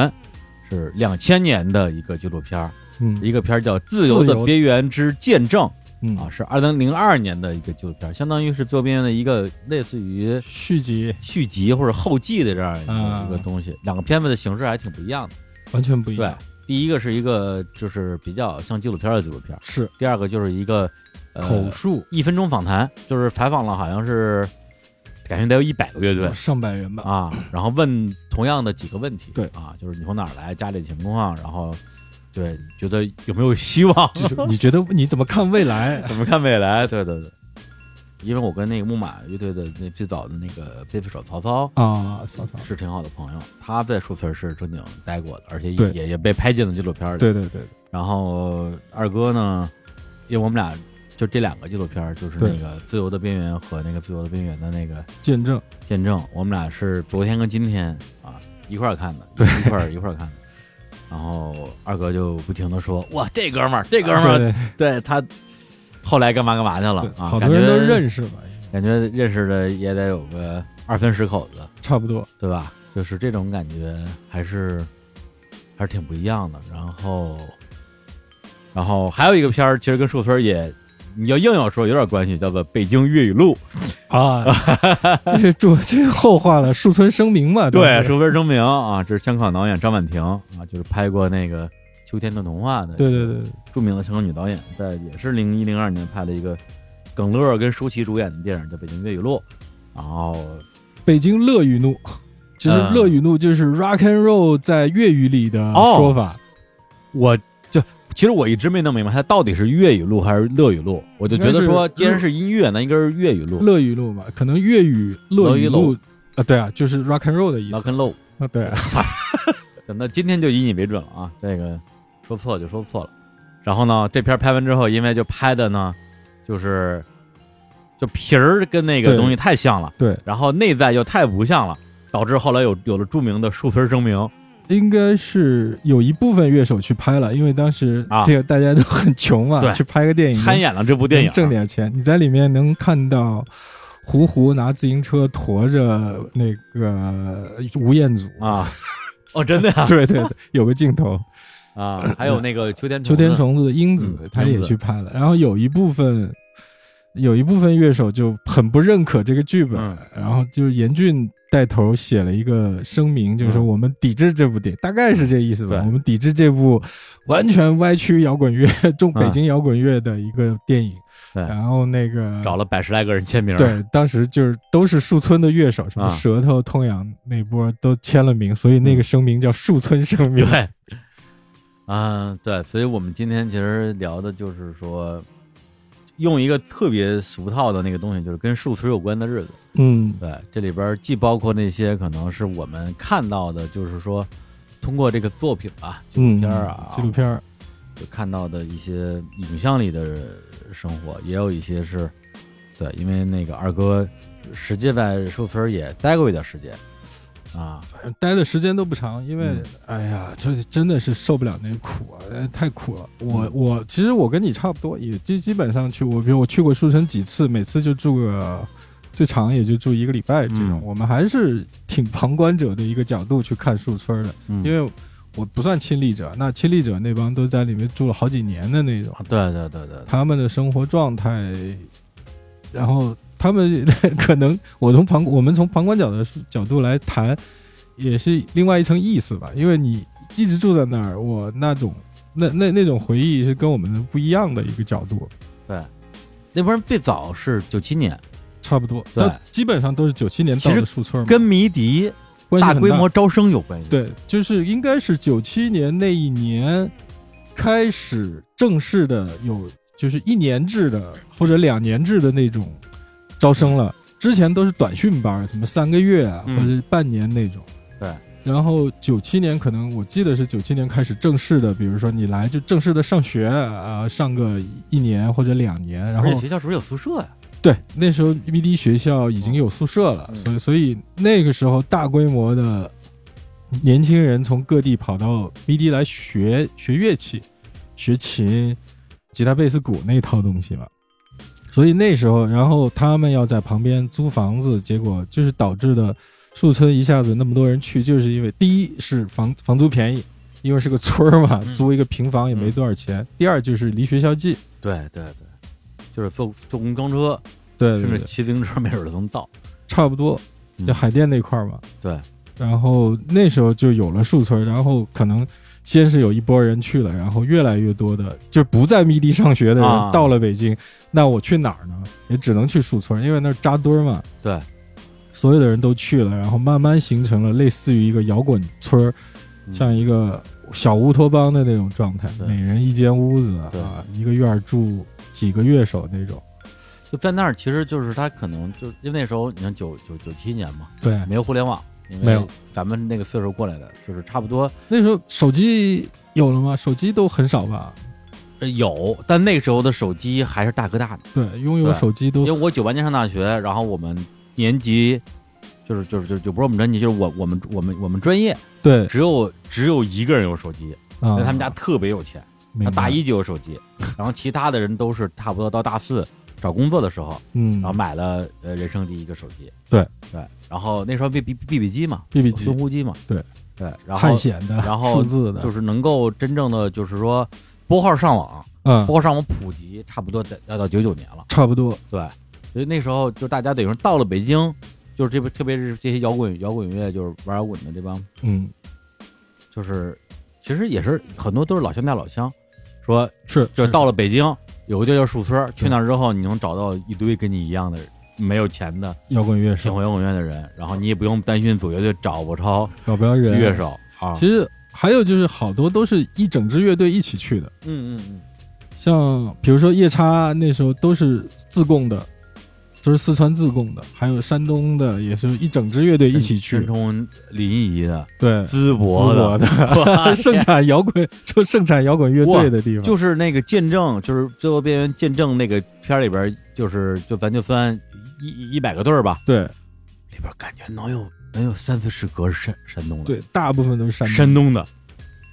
是两千年的一个纪录片儿，
嗯
一个片儿叫《自由的边缘之见证》
嗯
啊，是二零零二年的一个纪录片儿，相当于是《自由边缘》的一个类似于
续集
续集或者后记的这样一个、
啊
一个东西。两个片子的形式还挺不一样的。
完全不一
对
样。，
第一个是一个就是比较像纪录片儿的纪录片儿，
是
第二个就是一个、呃、
口述，
一分钟访谈，就是采访了好像是感觉得有一百个乐队
上百 人吧。
啊，然后问同样的几个问题，
对
啊，就是你从哪儿来，家里情况，然后对你觉得有没有希 望，
就是你觉得你怎么看 未来？
怎么看未来？对对对，因为我跟那个木马乐队的那最早的那个贝斯手曹操。
啊，嫂嫂，
是挺好的朋友，他在树村是正经待过的，而且也
对
也也被拍进了纪录片里。
对对对，
然后二哥呢，因为我们俩就这两个纪录片儿，就是
对
那个《自由的边缘》和那个《自由的边缘》的那个
见证
见证，我们俩是昨天跟今天啊一块儿看的，对，一块儿一块儿看的。然后二哥就不停的说：“哇，这哥们儿，这
这
哥们儿，对他后来干嘛干嘛去了啊？
好多人都认识吧，
感觉，感觉认识的也得有个二三十口子，
差不多。
对吧？就是这种感觉还是还是挺不一样的。然后，然后还有一个片儿，其实跟树村也你要硬要说有点关系，叫做《北京粤语录
啊，这是主这后话了，树村声明嘛，》，
对，
吧
书分声明啊，这是香港导演张婉婷啊，就是拍过那个《秋天的童话》的，
对对对，对
著名的香港女导演，在也是零一零二年拍了一个耿乐跟舒淇主演的电影叫《北京粤语录》，啊然后
北京乐与怒，其实
嗯
乐与怒就是 rock and roll 在粤语里的
哦
说法，
我就其实我一直没弄明白它到底是粤语录还是乐语录，我就觉得说，既然是音乐，那应该是粤语录，
乐与怒嘛，可能粤语乐与
哦乐与
怒啊，对啊，就是 rock and roll 的意
那
思
跟漏。
啊，对啊，
那今天就以你为准了啊，这个说错就说错了。然后呢，这片儿拍完之后，因为就拍的呢，就是就皮儿跟那个
对
东西太像了，
对，
然后内在又太不像了，导致后来有有了著名的数分声明。
应该是有一部分乐手去拍了，因为当时
啊
这个大家都很穷嘛，
对
去拍个电影
参演了这部电影，啊
能挣点钱。你在里面能看到胡胡拿自行车驮着那个吴彦祖，
啊！哦，真的呀
对对对，有个镜 头，
啊！还有那个秋天
嗯秋天虫子的英子
嗯，
他
英
也
子
去拍了。然后有一部分，有一部分乐手就很不认可这个剧本，
嗯
然后就是严俊带头写了一个声明，就是说
嗯
我们抵制这部电影，大概是这意思吧。
对
我们抵制这部完全歪曲摇滚乐、 中
嗯
北京摇滚乐的一个电影。
对
然后那个
找了百十来个人签名，，
对，当时就是都是树村的乐手，什么
啊嗯
舌头、痛痒那波都签了名，所以那个声明叫树村 声明。
对，啊，对，所以我们今天其实聊的就是说，用一个特别俗套的那个东西，就是跟数学有关的日子。
嗯，
对，这里边既包括那些可能是我们看到的，就是说通过这个作品啊、纪录
嗯，
片儿啊、
纪录片儿，
就看到的一些影像里的生活，也有一些是，对，因为那个二哥实际在数学也待过一段时间啊，
待的时间都不长，因为、
嗯
哎呀，就是真的是受不了那个苦啊，哎太苦了。我
嗯
我其实我跟你差不多，也基基本上去，我比如我去过舒城几次，每次就住个最长也就住一个礼拜这种。
嗯
我们还是挺旁观者的一个角度去看树村的，
嗯，
因为我不算亲历者，那亲历者那帮都在里面住了好几年的那种，
对对对对，对
他们的生活状态，然后他们 可能我从旁我们从旁观角的角度来谈，也是另外一层意思吧。因为你一直住在那儿，我那种那那那种回忆是跟我们的不一样的一个角度，
对，那帮人最早是九七年，
差不多。
对
都基本上都是九七年到
其实
的树村嘛，
跟迷笛
关系
大
很
规模招生有关系。，
对，就是应该是九七年那一年开始正式的有，就是一年制的或者两年制的那种招生了。之前都是短训班儿，什么三个月啊，
嗯
或者是半年那种。
对。
然后九七年可能我记得是九七年开始正式的，比如说你来就正式的上学啊、上个一年或者两年，然
而且
后
学校是不是有宿舍呀？
对，那时候 BD 学校已经有宿舍了，
嗯
所以所以那个时候大规模的年轻人从各地跑到 BD 来学学乐器，学琴、吉他、贝斯、鼓那一套东西嘛。所以那时候，然后他们要在旁边租房子，结果就是导致的树村一下子那么多人去，就是因为第一是房房租便宜，因为是个村儿嘛，
嗯
租一个平房也没多少钱；第二就是离学校近，
对对对，就是坐坐公交车，
对
甚
对
至
对，
骑自行车没准儿都能到。
差不多，
嗯
就海淀那块儿嘛。
对，
然后那时候就有了树村，然后可能先是有一波人去了，然后越来越多的就不在密地上学的人、
啊
到了北京，那我去哪儿呢？也只能去树村，因为那儿扎堆儿嘛，
对，
所有的人都去了，然后慢慢形成了类似于一个摇滚村儿，
嗯
像一个小乌托邦的那种状态，
对
每人一间屋子
对
啊，一个院儿住几个乐手那种，
就在那儿，其实就是他可能就因为那时候你看九九九七年嘛，
对，
没有互联网，因
哎没
为
有
咱们那个岁数过来的，就是差不多
那时候手机有了吗？手机都很少吧？
呃有，但那时候的手机还是大哥大的。
对，拥有
对
手机
因
都
为我九八年上大学，然后我们年级就是就是就就不是我们专辑，就是我我们我们我们专业
对
只有只有一个人有手机，
啊
因为，他们家特别有钱，
明
他
白
大一就有手 机，然后其他的人都是差不多到大四找工作的时候，
嗯，
然后买了呃人生第一个手机。
对
对，然后那时候 B B B B 机嘛
BB 机
搜狐机嘛，
对
对，然后
探险的，
然后
数字的，
就是能够真正的就是说拨号上网，
嗯，
拨号上网普及差不多得要到九九年了。
差不多，
对，所以那时候就大家等于说到了北京，就是这边特别是这些摇滚摇滚乐，就是玩摇滚的这帮，
嗯，
就是其实也是很多都是老乡带老乡，说
是，嗯
就是到了北京有个地儿叫树村儿，去那儿之后你能找到一堆跟你一样的没有钱的
摇滚乐
喜
手，
欢摇滚乐的人，然后你也不用担心组乐队找不着
找不着人，
乐手啊。
其实还有就是好多都是一整支乐队一起去的，
嗯嗯嗯，
像比如说夜叉那时候都是自贡的，就是四川自贡的，还有山东的，也是一整支乐队一起
申
去，
冲、临沂的、
对，淄
嗯淄博的，
的，盛产摇滚就盛产摇滚乐队的地方，
就是那个见证，就是最后边缘见证那个片儿里边儿，就是就咱就分一一百个队儿吧，
对
里边儿感觉能有能有三四十个是山山东的，
对，大部分都是山东，
山东的，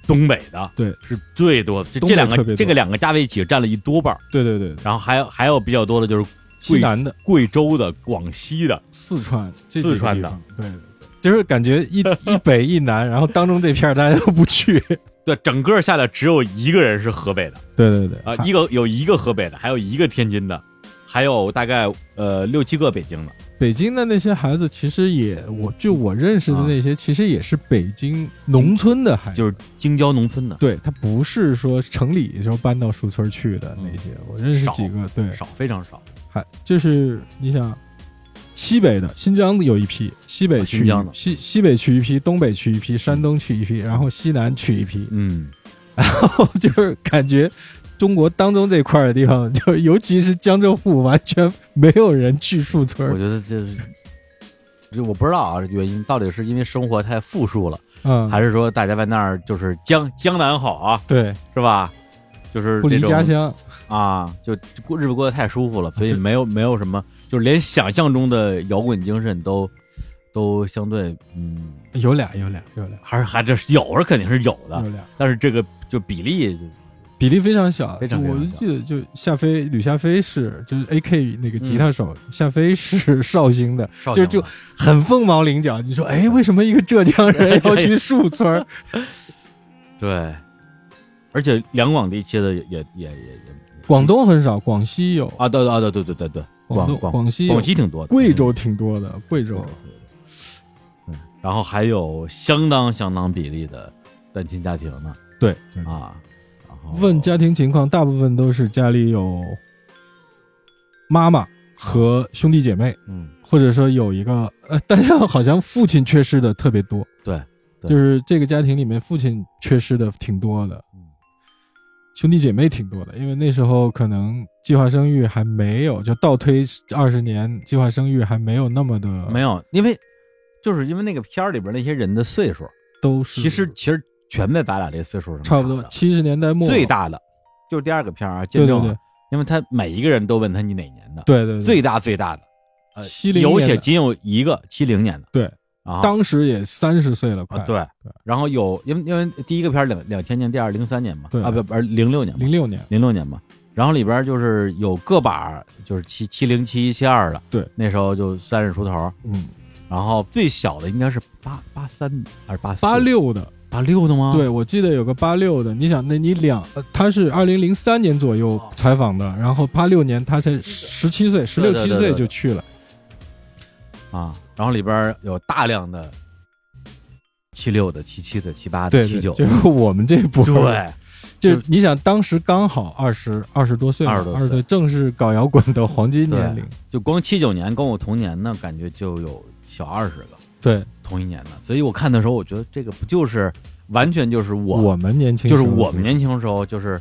东北的，
对，
是最多的，这
东
这
北
两
特
个
别多
这个两个加在一起占了一多半儿，
对对对，
然后还有还有比较多的就是
西南的、
贵州的、广西的，
四川、这
四
几个
川
地
的
方，对。对对就是感觉 一一北一南，然后当中这片儿大家都不去。
对，整个下来只有一个人是河北的
对对对
啊、一个有一个河北的，还有一个天津的，还有大概呃六七个北京的，
北京的那些孩子，其实也，我就我认识的那些，其实也是北京农村的孩子，
啊就是京郊农村的。
对他不是说城里时候搬到树村去的那些。我认识几个，对，
嗯少，非常少。
还就是你想，西北的新疆有一批，西北
啊
去
新疆的
西西北去一批，东北去一批，山东去一批，然后西南去一批，
嗯，
就是感觉。中国当中这块儿的地方，就尤其是江浙沪，完全没有人去树村
我
儿。
觉得这是，这我不知道啊，原因到底是因为生活太富庶了，
嗯，
还是说大家在那儿就是江江南好啊，
对，
是吧？就是
不离
这种
家乡。
啊，就过日子过得太舒服了，所以
这
没有没有什么，就是连想象中的摇滚精神都都相对嗯，
有俩，有俩，有俩，
还是还这是有是肯定是有的
有，俩，
但是这个就比例
比例非常小，
非常
就
非
我
常
就
小
记得就夏飞吕夏飞是就是 A K 那个吉
嗯
他手，夏飞是绍兴的，
就
就就很凤毛麟角。你说，哎，为什么一个浙江人要去树村儿？
对，而且两广地区的也也也也也
广东很少，广西有，
啊，对对对对对对对，
广东
广
西有
广，西挺多的，
贵州挺多的，贵
嗯
州
对对对对然后还有相当相当比例的单亲家庭呢
对对
啊，然后
问家庭情况，大部分都是家里有妈妈和兄弟姐妹，
嗯
或者说有一个呃，大家好像父亲缺失的特别多。
对对
就是这个家庭里面父亲缺失的挺多的，
嗯
兄弟姐妹挺多的，因为那时候可能计划生育还没有，就倒推二十年，计划生育还没有那么的，
没有，因为就是因为那个片儿里边那些人的岁数，
都是
其实其实全在咱俩这岁数上
差不多
打的
七十年代末
最大的就是第二个片儿啊，见
对对
证
对
了，因为他每一个人都问他你哪年的，
对对对
最大最大的，呃
70
有
年
且
的
仅有一个七零年的，
对，
啊，
当时也三十岁了，快、
啊，对，然后有因为因为第一个片儿两两千年，第二零三年嘛
对，
啊不不是零六年嘛
零，六年
零六年嘛，然后里边就是有个把儿就是七七零七七二的，
对，
那时候就三十出头，
嗯
然后最小的应该是八八三还是八
八六的，
八六的吗？
对，我记得有个八六的，你想，那你两，啊呃哦他是二零零三年左右采访的，然后八六年他才十七岁，十
对
六
对
七
对
岁
对
就去了，
啊，然后里边有大量的七六的、七七的、七八的、
对，
七
对
九，
就是我们这波，，
对，
就是你想，当时刚好二十二十多岁嘛，
20多岁
二十多正是搞摇滚的黄金年龄，
就光七九年跟我同年呢，感觉就有小二十个
对，
同一年的，所以我看的时候，我觉得这个不就是完全就是我
我们年轻
就
时候
是
的时候，
我们年轻时候 就是，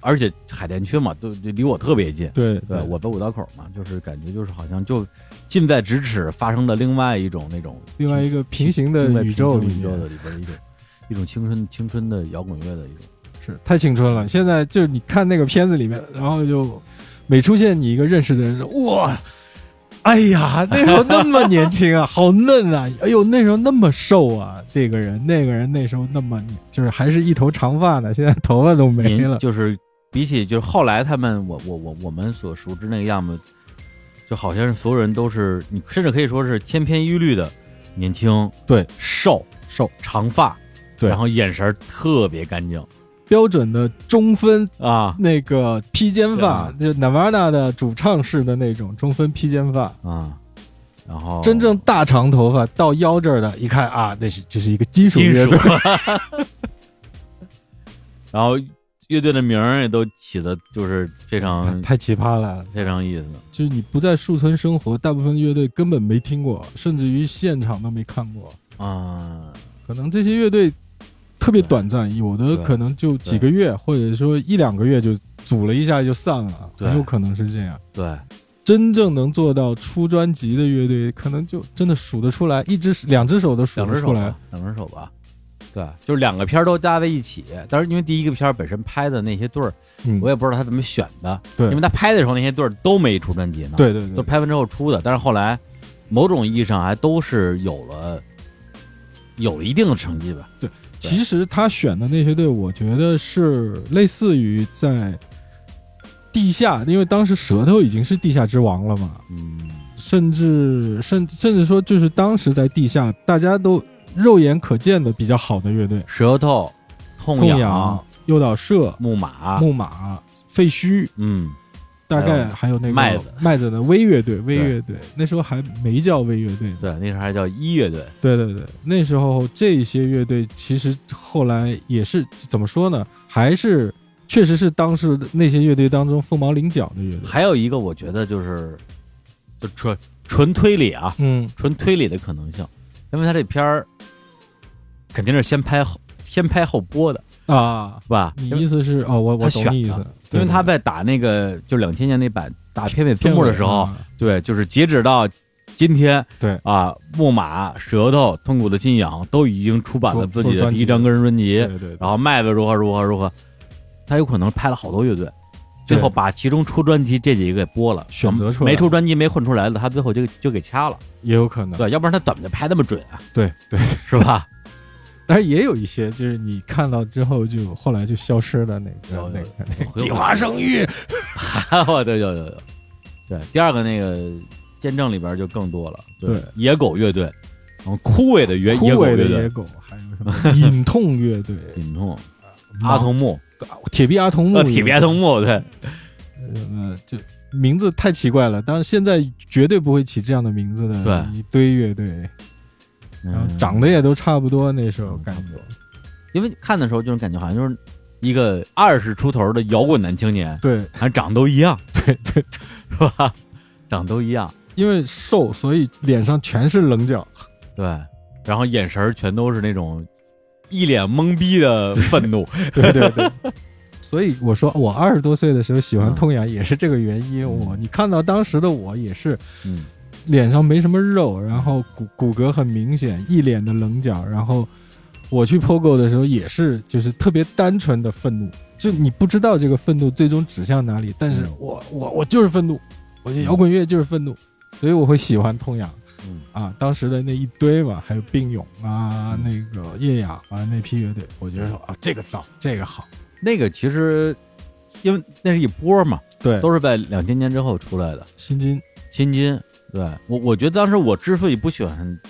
而且海淀区嘛，都就离我特别近。
对
对，我在五道口嘛，就是感觉就是好像就近在咫尺，发生了另外一种那种
另外一个平行
近在
的宇宙
平
里
行宇宙的
面
里边的一种一种青春青春的摇滚乐的一种。
是太青春了。现在就是你看那个片子里面，然后就每出现你一个认识的人，哇。哎呀，那时候那么年轻啊，好嫩啊！哎呦，那时候那么瘦啊，这个人那个人那时候那么就是还是一头长发呢，现在头发都没
您
了。
就是比起就是后来他们我我我我们所熟知那个样子，就好像是所有人都是你甚至可以说是千篇一律的年轻，
对，
瘦
瘦
长发，
对
然后眼神儿特别干净，
标准的中分
啊
那个披肩发
对，
就 Nirvana 的主唱式的那种中分披肩发，
啊，然后
真正大长头发到腰这儿的，一看啊，那是这是一个金属
金
乐
属
队，，
然后乐队的名儿也都起的就是非常
太奇葩了。
非常意思，
就是你不在树村生活，大部分乐队根本没听过，甚至于现场都没看过。
啊，
可能这些乐队特别
对
短暂，有的
对
可能就几个月，或者说一两个月就组了一下就散了，
对
很有可能是这样。
对，
真正能做到出专辑的乐队，可能就真的数得出来，一只两只手都数
两
得
只手
出
啊
来
吧。，两只手吧，对，就是两个片儿都加在一起。当然，因为第一个片儿本身拍的那些对儿，
嗯
我，也不知道他怎么选的，
对
因为他拍的时候那些对儿都没出专辑呢，，
对对
都
对，
拍完之后出的。但是后来，某种意义上还都是有了有了一定的成绩吧，
其实他选的那些队，我觉得是类似于在地下，因为当时舌头已经是地下之王了嘛，
嗯，
甚至甚甚至说就是当时在地下大家都肉眼可见的比较好的乐队，
舌头、痛啊
痛痒、诱导社、
木马，
木马、废墟，
嗯，
大概还有那个
麦子
麦子的微乐队，微乐队那时候还没叫微乐队呢。
对，那时候还叫一乐队，
对对对，那时候这些乐队其实后来也是怎么说呢？还是确实是当时那些乐队当中凤毛麟角的乐队。
还有一个我觉得就是就纯纯推理啊，
嗯，
纯推理的可能性，因为他这片儿肯定是先拍后先拍后播的，
啊，
是吧？
你
因为
意思是哦，我我
他
懂
选
你意
的
思，
因为
对
他在打那个就两千年那版打片尾字幕的时，候
片，尾啊
对，就是截止到今天，
对
啊，木马、舌头、痛苦的信仰都已经出版了
出
自己
出
的
专
第
辑
一张个人专辑，
对对对，
然后卖的如何如何如何，他有可能拍了好多乐队。最后把其中出专辑这几个给播了，
选择出来嗯
没出专辑没混出来的，他最后就就给掐了。
也有可能，
对，要不然他怎么就拍那么准啊？
对对，
是吧？
但是也有一些就是你看到之后就后来就消失的那
有有
个那个那
有
个计划生育，
我 对有有有，对第二个那个见证里边就更多了，
对
野狗乐队，然后枯萎的野
枯
野狗
萎
乐
的野
队，
狗，还有什么隐痛乐队、
隐痛 阿童木，
盲铁臂阿童木
呃，铁臂阿童木，对，
什么就。名字太奇怪了，但是现在绝对不会起这样的名字的
对
一堆乐队，然后
嗯
长得也都差不多。那时候
嗯
感
差不
觉
多，因为看的时候就是感觉好像就是一个二十出头的摇滚男青年，
对
好像长得都一样，
对对，
是吧？长得都一样，
因为瘦，所以脸上全是棱角。
对，然后眼神儿全都是那种一脸懵逼的愤怒，
对对对。所以我说，我二十多岁的时候喜欢
嗯
痛痒也是这个原因。
嗯
我你看到当时的我也是
嗯，
脸上没什么肉，然后骨骨骼很明显，一脸的棱角。然后我去 POGO 的时候也是，就是特别单纯的愤怒，就你不知道这个愤怒最终指向哪里，但是
嗯
我我我就是愤怒，我觉得摇滚乐就是愤怒，所以我会喜欢痛痒。
嗯
啊，当时的那一堆吧，还有病勇啊，那
嗯
个夜雅啊，那批乐队，我觉得说啊，这个早，这个好，
那个其实因为那是一波嘛，
对，
都是在两千年之后出来的。
新金，
千金，对我我觉得当时我之所以不喜欢，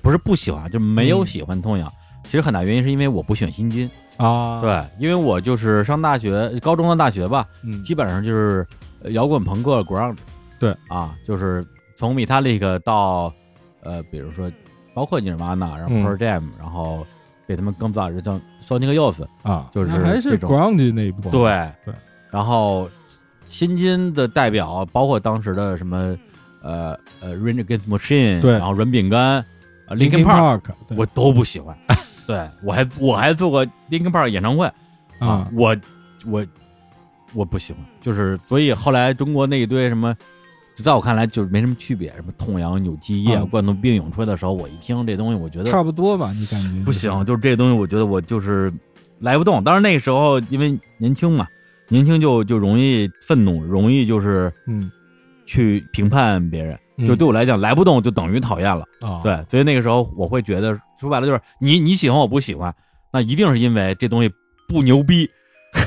不是不喜欢，就没有
嗯
喜欢痛痒。其实很大原因是因为我不喜欢新金，
啊，，
对，因为我就是上大学，高中到大学吧，
嗯，
基本上就是呃摇滚朋克 ground，
对
啊，就是从 Metallica 到呃，比如说包括 Nirvana，然后
嗯
Pearl Jam，、然后比他们更早的像 Sonic Youth，
啊，
就是
那还
这
是
种
grunge 那一波，
对
对，
然后新金的代表包括当时的什么呃呃 Rage Against the Machine，
对
然后软饼干、呃、
，Linkin
Linkin Park，
Park，对
我都不喜欢。 对我还我还做过 Linkin Park 演唱会
啊，
我我我不喜欢，就是所以后来中国那一堆什么。就在我看来，就是没什么区别，什么痛痒、扭机液、
啊
冠动病涌出来的时候，我一听这东西，我觉得
差不多吧，你感觉
不
就是
行，就是这东西，我觉得我就是来不动。当然那个时候因为年轻嘛，年轻就就容易愤怒，容易就是
嗯，
去评判别人。
嗯
就对我来讲，来不动就等于讨厌了。
啊，
对，所以那个时候我会觉得，说白了就是你你喜欢我不喜欢，那一定是因为这东西不牛 逼。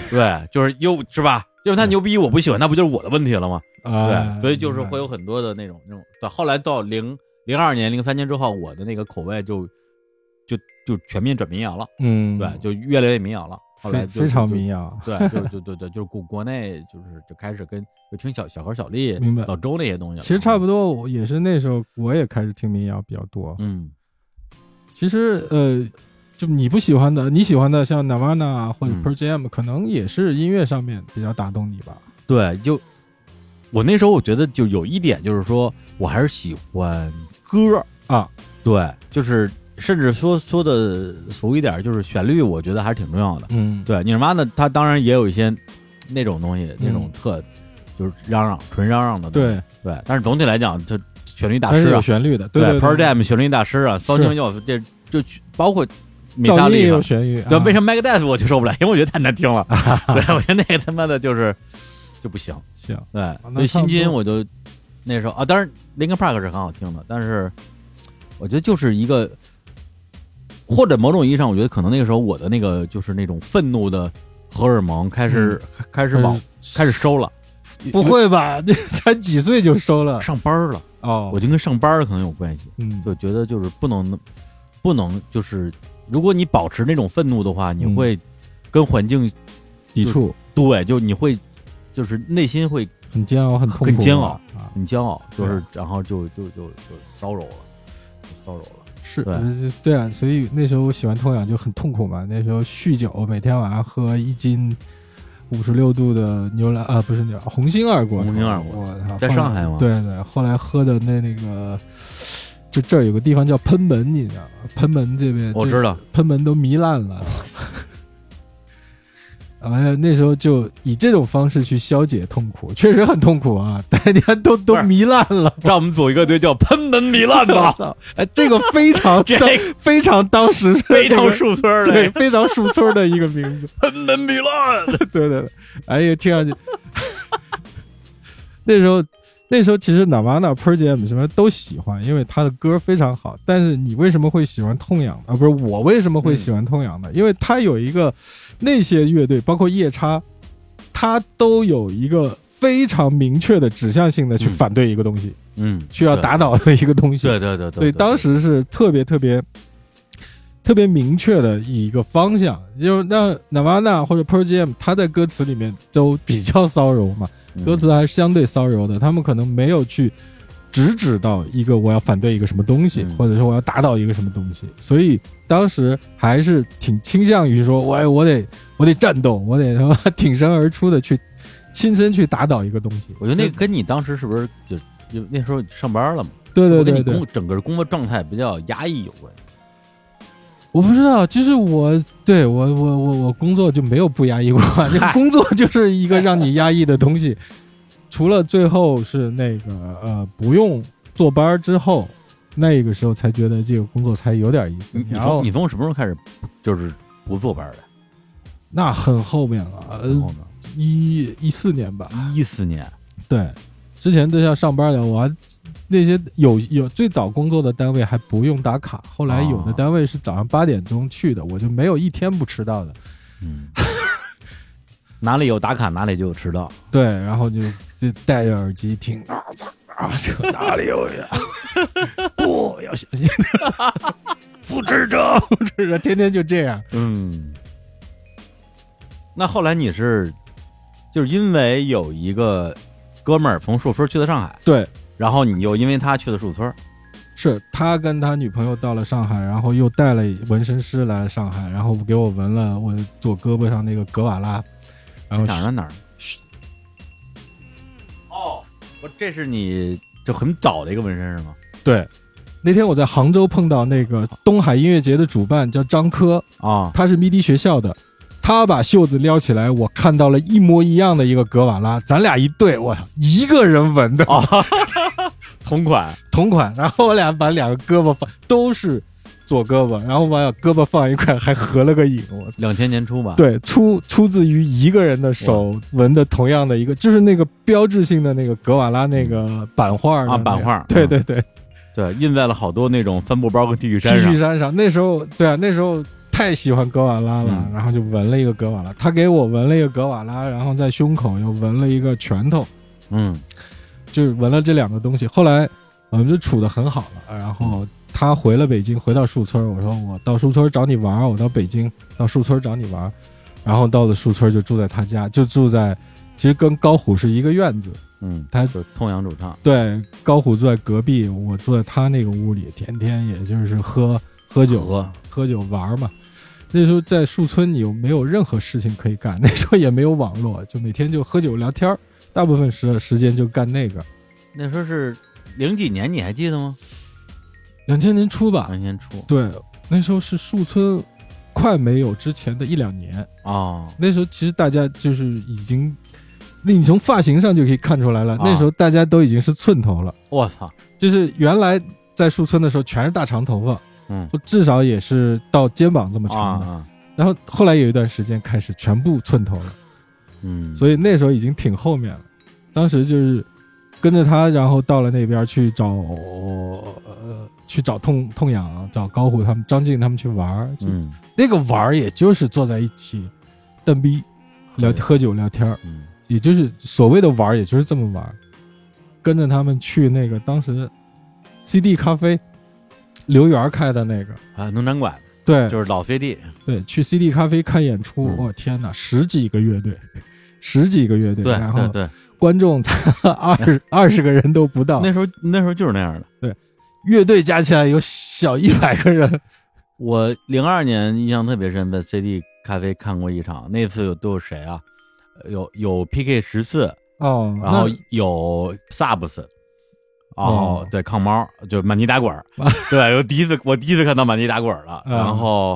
对，就是又是吧？因为他牛逼，我不喜欢，那不就是我的问题了吗？
啊，
对，所以就是会有
明
很多的那种那种。对，后来到零零二年、零三年之后，我的那个口味就就就全面转民谣了。
白，嗯，
对，就越来越民谣了。后来
非
就
非
是
常
就
民谣，
对，就就对对，就是国国内就是就开始跟就听小小何、小丽、
明白
老周那些东西了。
其实差不
多，
多，我也是那时候我也开始听民谣比较多。
嗯
其实呃，就你不喜欢的，你喜欢的像 Nirvana 啊或者
嗯
Pearl Jam，、可能也是音乐上面比较打动你吧。
对，就我那时候我觉得就有一点就是说我还是喜欢歌儿
啊，
对，就是甚至说说的俗一点，就是旋律，我觉得还是挺重要的。
嗯，
对，你妈呢？它当然也有一些那种东西，那种
嗯
特、就是嚷嚷纯嚷嚷的东西，
对，
对。但是总体来讲，就旋律大
它
师
是
啊
有，旋律的，对
p e r Jam 旋律大师啊，骚
是
星又这就包括米
噪
萨
音也
利
有
嘛，
旋律。
对，
啊
为什么 Megadeth 我就受不了？因为我觉得太难 听了，对，我觉得那个他妈的就是就不行，
行？
对，
啊那
所以
差不
新金
多
我就那时候啊，当然 Linkin Park 是很好听的，但是我觉得就是一个。或者某种意义上，我觉得可能那个时候我的那个就是那种愤怒的荷尔蒙开始、开始往开始收了，
嗯不会吧？ 你才几岁就收了？
上班了，
哦
我，就跟上班可能有关系。
嗯，
就觉得就是不能，不能就是，如果你保持那种愤怒的话，你
嗯
会跟环境、
抵触
对，就你会就是内心会
很煎熬，很痛苦，
很煎熬
啊。
很骄傲，就
对
是然后就就就就骚扰了，就骚扰了。
是
对
呃对啊，所以那时候我喜欢痛痒就很痛苦嘛。那时候酗酒，每天晚上喝一斤五十六度的牛栏啊，不是牛栏红星二锅头，
红星二锅头
我操，
在
后来
上海吗
对对，后来喝的那那个，就这儿有个地方叫喷门，你知道吗？喷门呃这边
我
就是
知道，
喷门都糜烂了。 哎呀，那时候就以这种方式去消解痛苦，确实很痛苦啊！ 大家都都
不是
糜烂 了，
让我们组一个队叫喷门糜烂
我
吧，
操！哎，这个非 常
这
当非常当时的
非
那
常
个
树村儿
对
的
非常树村的一个名字，
喷门糜 烂。
对对对，哎呀，听上去， 那时候那时候其实哪怕那 p e r Jam 什么都喜欢，因为他的歌非常好。但是你为什么会喜欢痛痒呢啊？不是我为什么会喜欢痛痒呢？
嗯
因为他有一个那些乐队，包括夜叉，他都有一个非常明确的指向性的去
嗯
反对一个东西，
嗯，
去要打倒的一个东西。
对。对对对对
所以
对，
当时是特别特别特别明确的一个方向，就是那 Nirvana 或者 Pearl Jam，他在歌词里面都比较骚柔嘛，
嗯
歌词还是相对骚柔的，他们可能没有去直指到一个我要反对一个什么东西，
嗯
或者说我要打倒一个什么东西，所以当时还是挺倾向于说，我我得我得战斗，我得他妈挺身而出的去亲身去打倒一个东西。
我觉得那跟你当时是不是就就那时候上班了嘛？
对对
我跟
对
你
对，
工整个工作状态比较压抑有关系。
我不知道，就是我对我我我我工作就没有不压抑 过，这个工作就是一个让你压抑的东西。除了最后是那个呃不用坐班儿之后，那个时候才觉得这个工作才有点意思。
你你
然后
从你从什么时候开始不就是不坐班儿的？
那很后面了，
然后
呃，
呢？
一一四年吧，
一四 年，
对，之前都像上班的，我还那些有有最早工作的单位还不用打卡，后来有的
啊
单位是早上八点钟去的，我就没有一天不迟到的。
嗯，哪里有打卡哪里就有迟到。
对，然后就就戴着耳机听啊操啊，这哪里有呀？ 不要小 心，
复制者，
这个天天就这样。
嗯。那后来你是，就是因为有一个哥们儿从树村去的上海，
对，
然后你又因为他去的树村，
是他跟他女朋友到了上海，然后又带了纹身师来上海，然后给我纹了我左胳膊上那个格瓦拉，然后
哪儿呢哪儿呢？哦，我这是你就很早的一个纹身是吗？
对。那天我在杭州碰到那个东海音乐节的主办叫张科，
啊、
他是 MIDI 学校的，他把袖子撩起来，我看到了一模一样的一个格瓦拉，咱俩一对，我操一个人纹的，
同款，
同款，然后我俩把两个胳膊放都是左胳膊，然后把胳膊放一块，还合了个影。我操！
两千年初吧。，
对，出出自于一个人的手纹的同样的一个，就是那个标志性的那个格瓦拉那个版画的
啊
那个
版画
对
嗯
对对
对，印在了好多那种帆布包跟 T 恤
，T
衫上
恤。衫上那时候对啊，那时候太喜欢格瓦拉了，
嗯
然后就纹了一个格瓦拉，他给我纹了一个格瓦拉，然后在胸口又纹了一个拳头，
嗯，
就是纹了这两个东西。后来我们就处的很好了，然
嗯
后他回了北京，回到树村儿，我说我到树村儿找你玩儿，我到北京到树村儿找你玩儿。然后到了树村就住在他家，就住在其实跟高虎是一个院子。
嗯，
他
就痛仰主唱，
对，高虎住在隔壁，我住在他那个屋里，天天也就是喝喝酒、
喝
喝酒玩嘛。那时候在树村，你又没有任何事情可以干，那时候也没有网络，就每天就喝酒聊天儿，大部分时时间就干那个。
那时候是零几年，你还记得吗？
两千年初吧，
两千年初
对，那时候是树村快没有之前的一两年，
哦，
那时候其实大家就是已经，那你从发型上就可以看出来了，
啊
那时候大家都已经是寸头了，
我操，
就是原来在树村的时候全是大长头发，
嗯
或至少也是到肩膀这么
啊
长的，
啊，
然后后来有一段时间开始全部寸头了，
嗯，
所以那时候已经挺后面了，当时就是跟着他，然后到了那边去找。呃去找痛痛痒，找高虎他们、张静他们去玩儿，就
嗯
那个玩儿也就是坐在一起蛋逼聊喝酒聊天儿，
嗯
也就是所谓的玩儿，也就是这么玩儿。跟着他们去那个当时 CD 咖啡，刘源开的那个，
啊，农展馆
对，
就是老 CD，
对，去 CD 咖啡看演出，
嗯
我、天哪，十几个乐队，十几个乐队，
对
然
对
后
对，
观众 二二十个人都不到，
那时候那时候就是那样的。
乐队加起来有小一百个人，
我零二年印象特别深，在 CD 咖啡看过一场，那次有都有谁啊？有有 PK 十四，
哦，
然后
那
有 Subs，
哦
对，抗猫就是满地打 滚儿，对，我第一次我第一次看到满地打滚儿了，
嗯
然后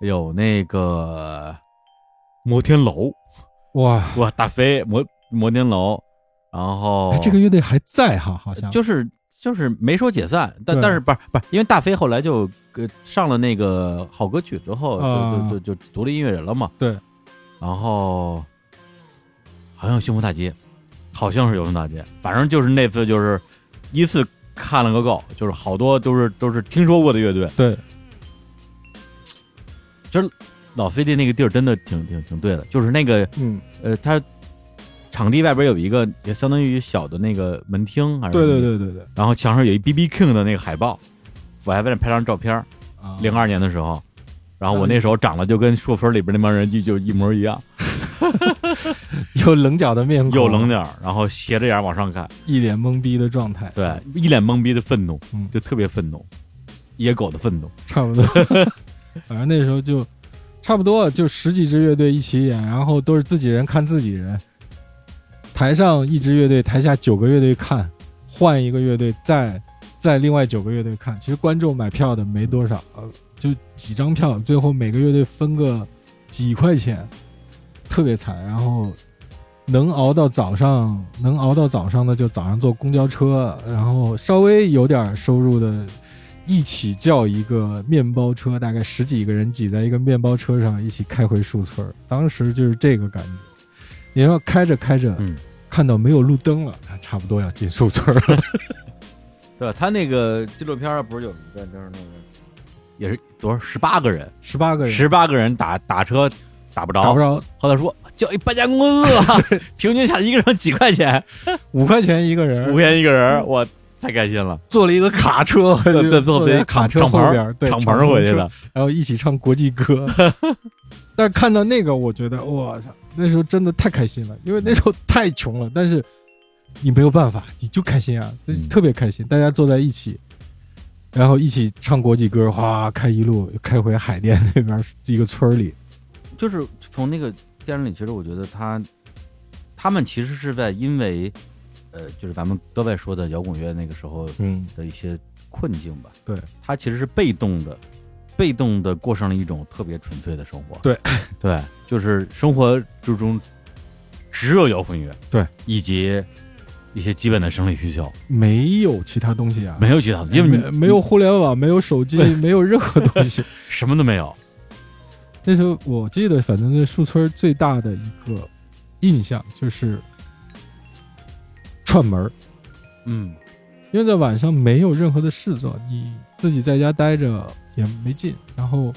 有那个摩天楼，
哇，
哇，大飞摩摩天楼，然后
哎这个乐队还在哈，好像
就是就是没说解散，但
啊对
但是不是不是，因为大飞后来就呃上了那个好歌曲之后，
啊
就就就就独立音乐人了嘛。
对，
然后好像有幸福大街，好像是有幸福大街，反正就是那次就是依次看了个够，就是好多都是都是听说过的乐队。
对，
老 CD 那个地儿真的挺挺挺对的，就是那个
嗯，
呃，它场地外边有一个也相当于小的那个门厅，还是
对
什么
对
地
对对对，
然后墙上有一 B B King 的那个海报，我还为了拍张照片。
啊
零二年的时候，然后我那时候长得就跟硕分里边那帮人就就一模一样，
有棱角的面孔，
又冷点儿，然后斜着眼往上看，
一脸懵逼的状态，
对，一脸懵逼的愤怒
嗯，
就特别愤怒，野狗的愤怒。
差不多。 反正那时候就差不多，就十几支乐队一起演，然后都是自己人看自己人，台上一支乐队，台下九个乐队看，换一个乐队再再另外九个乐队看。其实观众买票的没多少，呃就几张票，最后每个乐队分个几块钱，特别惨。然后。能熬到早上，能熬到早上的就早上坐公交车，然后稍微有点收入的一起叫一个面包车，大概十几个人挤在一个面包车上，一起开回树村儿。当时就是这个感觉。你要开着开着，
嗯
看到没有路灯了，那差不多要进树村儿 了。
对他那个纪录片不是有一个就是那个也是多少十八个人，
十八个人
十八个人打打车打不着，
打不着，
后来说叫一搬家公司 吧，平均下一个人几块钱，
五块钱一个人，
五块钱一个人，我太开心嗯了。
坐了一个卡车，
对对，
坐
坐
了一
飞
个卡车
敞
后
篷
边儿，对，
敞篷回去
车
的，
然后一起唱国际歌。 但是看到那个，我觉得我操，那时候真的太开心了，因为那时候太穷了，但是你没有办法，你就开心啊，就是
嗯
特别开心，大家坐在一起，然后一起唱国际歌，哗，开一路开回海淀那边一个村儿里。
就是从那个电影里，其实我觉得他他们其实是在因为呃，就是咱们都在说的摇滚乐那个时候
嗯，
的一些困境吧。
对，
他其实是被动的，被动的过上了一种特别纯粹的生活。
对
对，就是生活之中只有摇滚乐，
对，
以及一些基本的生理需求，
没有其他东西啊，
没有其他的，因为
没
你
没有互联网，没有手机，没有任何东西。
什么都没有。
那时候我记得，反正对树村最大的一个印象就是串门儿，
嗯，
因为在晚上没有任何的事做，你自己在家待着也没劲。然后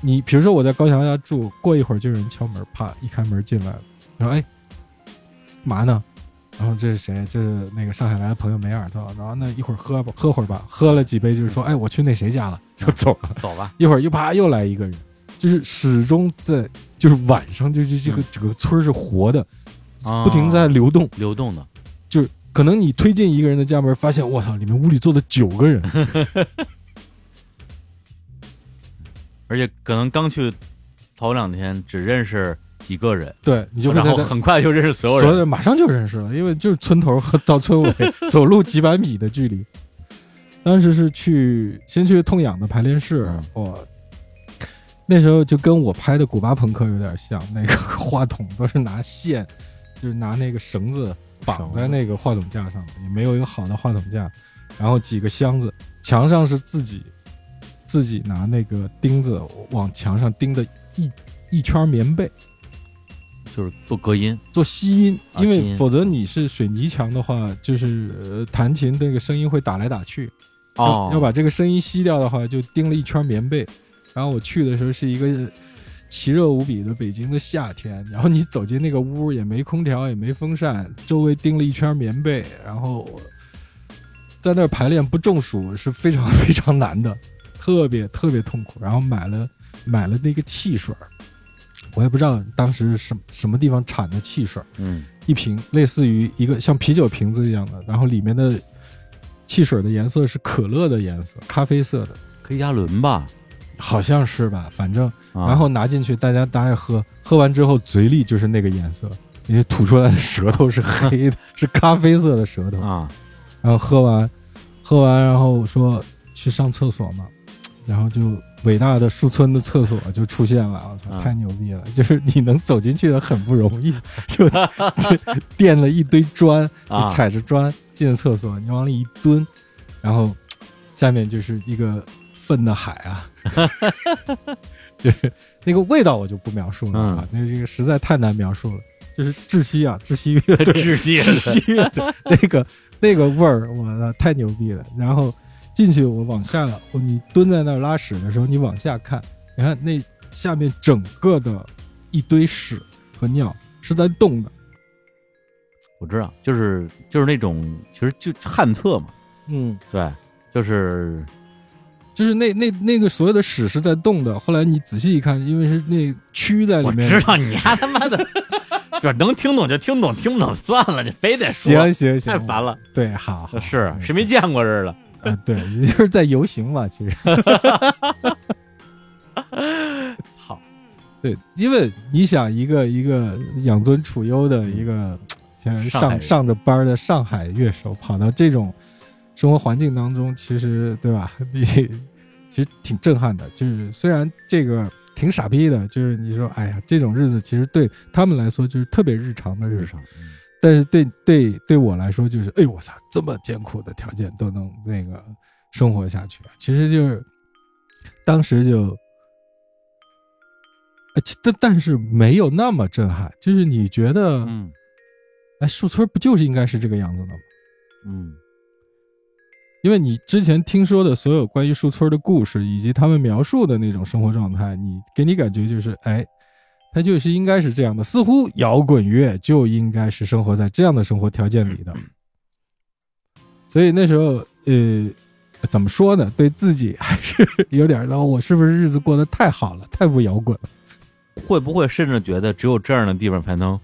你比如说我在高翔家住，过一会儿就有人敲门，啪一开门进来了，然后哎，嘛呢？然后这是谁？这是那个上海来的朋友梅尔特。然后那一会儿喝吧，喝会儿吧，喝了几杯就是说，哎，我去那谁家了，就走了。
走吧。
一会儿又啪又来一个人，就是始终在，就是晚上，就是这个整个村儿是活的，
啊
不停在流动。
流动的，
就是可能你推进一个人的家门，发现我操，里面屋里坐的九个人，
而且可能刚去头两天只认识几个人，
对你就会
然
在
后
他
很快就认识所有
所有
人。
人马上就认识了，因为就是村头和到村 尾走路几百米的距离。当时是去先去痛痒的排练室
嗯，
我、那时候就跟我拍的古巴朋克有点像，那个 话筒都是拿线，就是拿那个绳子绑在那个话筒架上的，也没有一个好的话筒架，然后几个箱子，墙上是自己自己拿那个钉子往墙上钉的一一圈棉被。
就是做隔音，
做吸音，
啊吸
因为
音
否则你是水泥墙的话，就是呃弹琴那个声音会打来打去。
哦
要要把这个声音吸掉的话，就钉了一圈棉被。然后我去的时候是一个奇热无比的北京的夏天，然后你走进那个屋也没空调也没风扇，周围钉了一圈棉被，然后在那儿排练不中暑是非常非常难的，特别特别痛苦。然后买了买了那个汽水儿，我也不知道当时什么什么地方产的汽水儿。
嗯，
一瓶，类似于一个像啤酒瓶子一样的，然后里面的汽水的颜色是可乐的颜色，咖啡色的，
可以加仑吧？
好像是吧？反正
啊
然后拿进去，大家大家喝，喝完之后嘴里就是那个颜色，因为吐出来的舌头 是黑的，是咖啡色的舌头。
啊，
然后喝完，喝完，然后说去上厕所嘛，然后就伟大的树村的厕所就出现了，我操，
嗯
太牛逼了！就是你能走进去的很不容易，就 就垫了一堆砖，
啊
你踩着砖进厕所，你往里一蹲，然后下面就是一个粪的海啊，就是那个味道我就不描述了啊，那、这个实在太难描述了，就是窒息啊，窒息乐 队。
窒息
窒息乐队那个那个味儿，我操，太牛逼了！然后进去，我往下，我你蹲在那儿拉屎的时候，你往下看，你看那下面整个的一堆屎和尿是在动的，
我知道，就是就是那种，其实就旱厕嘛，
嗯，
对，就是
就是那那那个所有的屎是在动的。后来你仔细一看，因为是那蛆在里
我
面，
知道你丫他妈的， 就是能听懂就听懂，听不懂算了，你非得说
行，行行，
太烦了。
对，好，好
是
嗯
谁没见过似的，
呃对，你就是在游行嘛，其实。
好，
对，因为你想一个一个养尊处优的一个，像
嗯上海
上
人
上着班儿的上海乐手，跑到这种生活环境当中，其实对吧？ 你其实挺震撼的。就是虽然这个挺傻逼的，就是你说，哎呀，这种日子其实对他们来说就是特别日常的日
日
常。
常
但是对对对我来说，就是哎呦我操，这么艰苦的条件都能那个生活下去，其实就是当时就，呃其但但是没有那么震撼，就是你觉得，
嗯
哎，树村不就是应该是这个样子的吗？
嗯
因为你之前听说的所有关于树村的故事，以及他们描述的那种生活状态，你给你感觉就是，哎，它就是应该是这样的，似乎摇滚乐就应该是生活在这样的生活条件里的。所以那时候，呃，怎么说呢？对自己还是有点儿的，我是不是日子过得太好了，太不摇滚了？
嗯，会不会甚至觉得只有这样的地方才能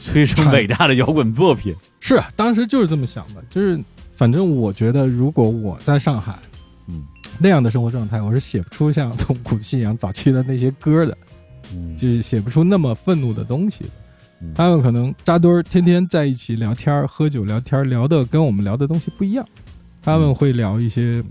催生伟大的摇滚作品？
是，啊当时就是这么想的，就是反正我觉得，如果我在上海，
嗯
那样的生活状态，我是写不出像《痛苦的信仰》早期的那些歌的。
嗯
就是写不出那么愤怒的东西
嗯。
他们可能扎堆儿，天天在一起聊天儿、喝酒、聊天儿，聊的跟我们聊的东西不一样。他们会聊一些，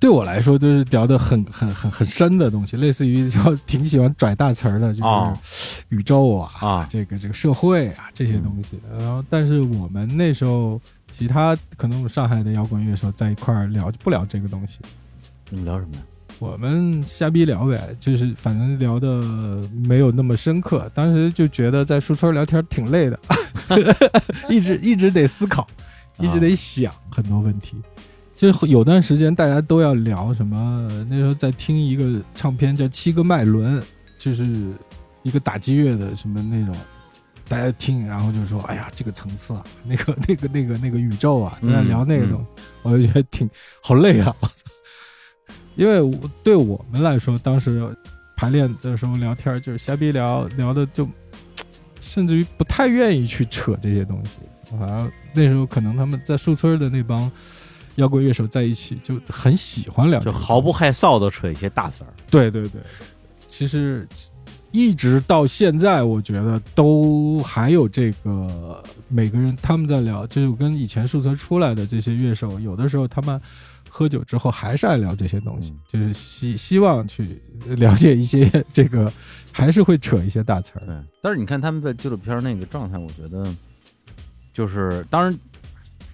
对我来说就是聊的很很很很深的东西，类似于就挺喜欢拽大词儿的，
哦
就是宇宙啊、
啊
这个这个社会啊这些东西。然后，但是我们那时候其他可能我们上海的摇滚乐手在一块儿聊就不聊这个东西，
你们聊什么呀？
我们瞎逼聊呗，就是反正聊的没有那么深刻。当时就觉得在书村聊天挺累的， 一直一直得思考，一直得想很多问题。就是有段时间大家都要聊什么，那时候在听一个唱片叫《七个脉轮》，就是一个打击乐的什么那种。大家听，然后就说：“哎呀，这个层次啊，那个、那个、那
嗯
个、那个宇宙啊，大家聊那个东西，我就觉得挺好累啊。”我操！因为我对我们来说，当时排练的时候聊天儿就是瞎逼聊，聊的就甚至于不太愿意去扯这些东西。好像那时候可能他们在树村的那帮摇滚乐手在一起，就很喜欢聊这
就
个，
毫不害臊的扯一些大词儿。
对对对，其实一直到现在，我觉得都还有这个每个人他们在聊，就是我跟以前数村出来的这些乐手，有的时候他们喝酒之后还是爱聊这些东西，
嗯
就是希希望去了解一些这个，还是会扯一些大词儿。
对，但是你看他们在纪录片那个状态，我觉得就是当然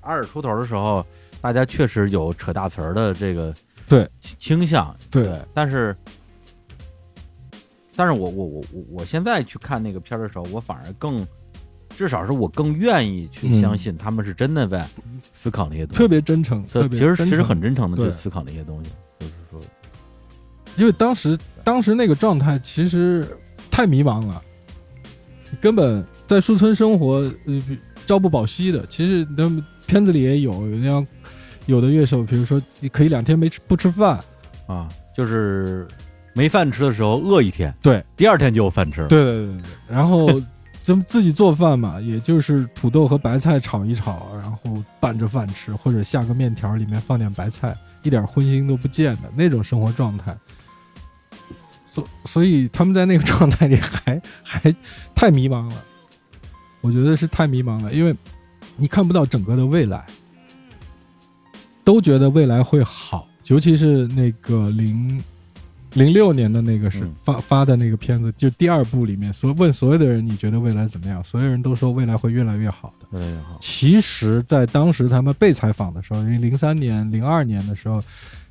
二十出头的时候，大家确实有扯大词儿的这个
对
倾倾向，
对
但是。但是我我我我我现在去看那个片儿的时候，我反而更，至少是我更愿意去
嗯
相信他们是真的在思考那些东西，
特别真诚，
这
特别
其实
真
其实
诚
很真诚的去
对
思考那些东西，就是说，
因为当时当时那个状态其实太迷茫了，根本在树村生活，呃，比朝不保夕的。其实那么片子里也有，有那样有的乐手，比如说可以两天没吃不吃饭，
啊，就是没饭吃的时候饿一天，
对，
第二天就有饭吃。
对对对对对，然后咱们自己做饭嘛，也就是土豆和白菜炒一炒，然后拌着饭吃，或者下个面条里面放点白菜，一点荤腥都不见的那种生活状态。所所以他们在那个状态里还还太迷茫了，我觉得是太迷茫了，因为你看不到整个的未来，都觉得未来会好，尤其是那个零零六年的那个是
嗯
发、发的那个片子，就第二部里面，所问所有的人你觉得未来怎么样，所有人都说未来会越来越好的。
越来越好。
其实，在当时他们被采访的时候，因为零三年、零二年的时候，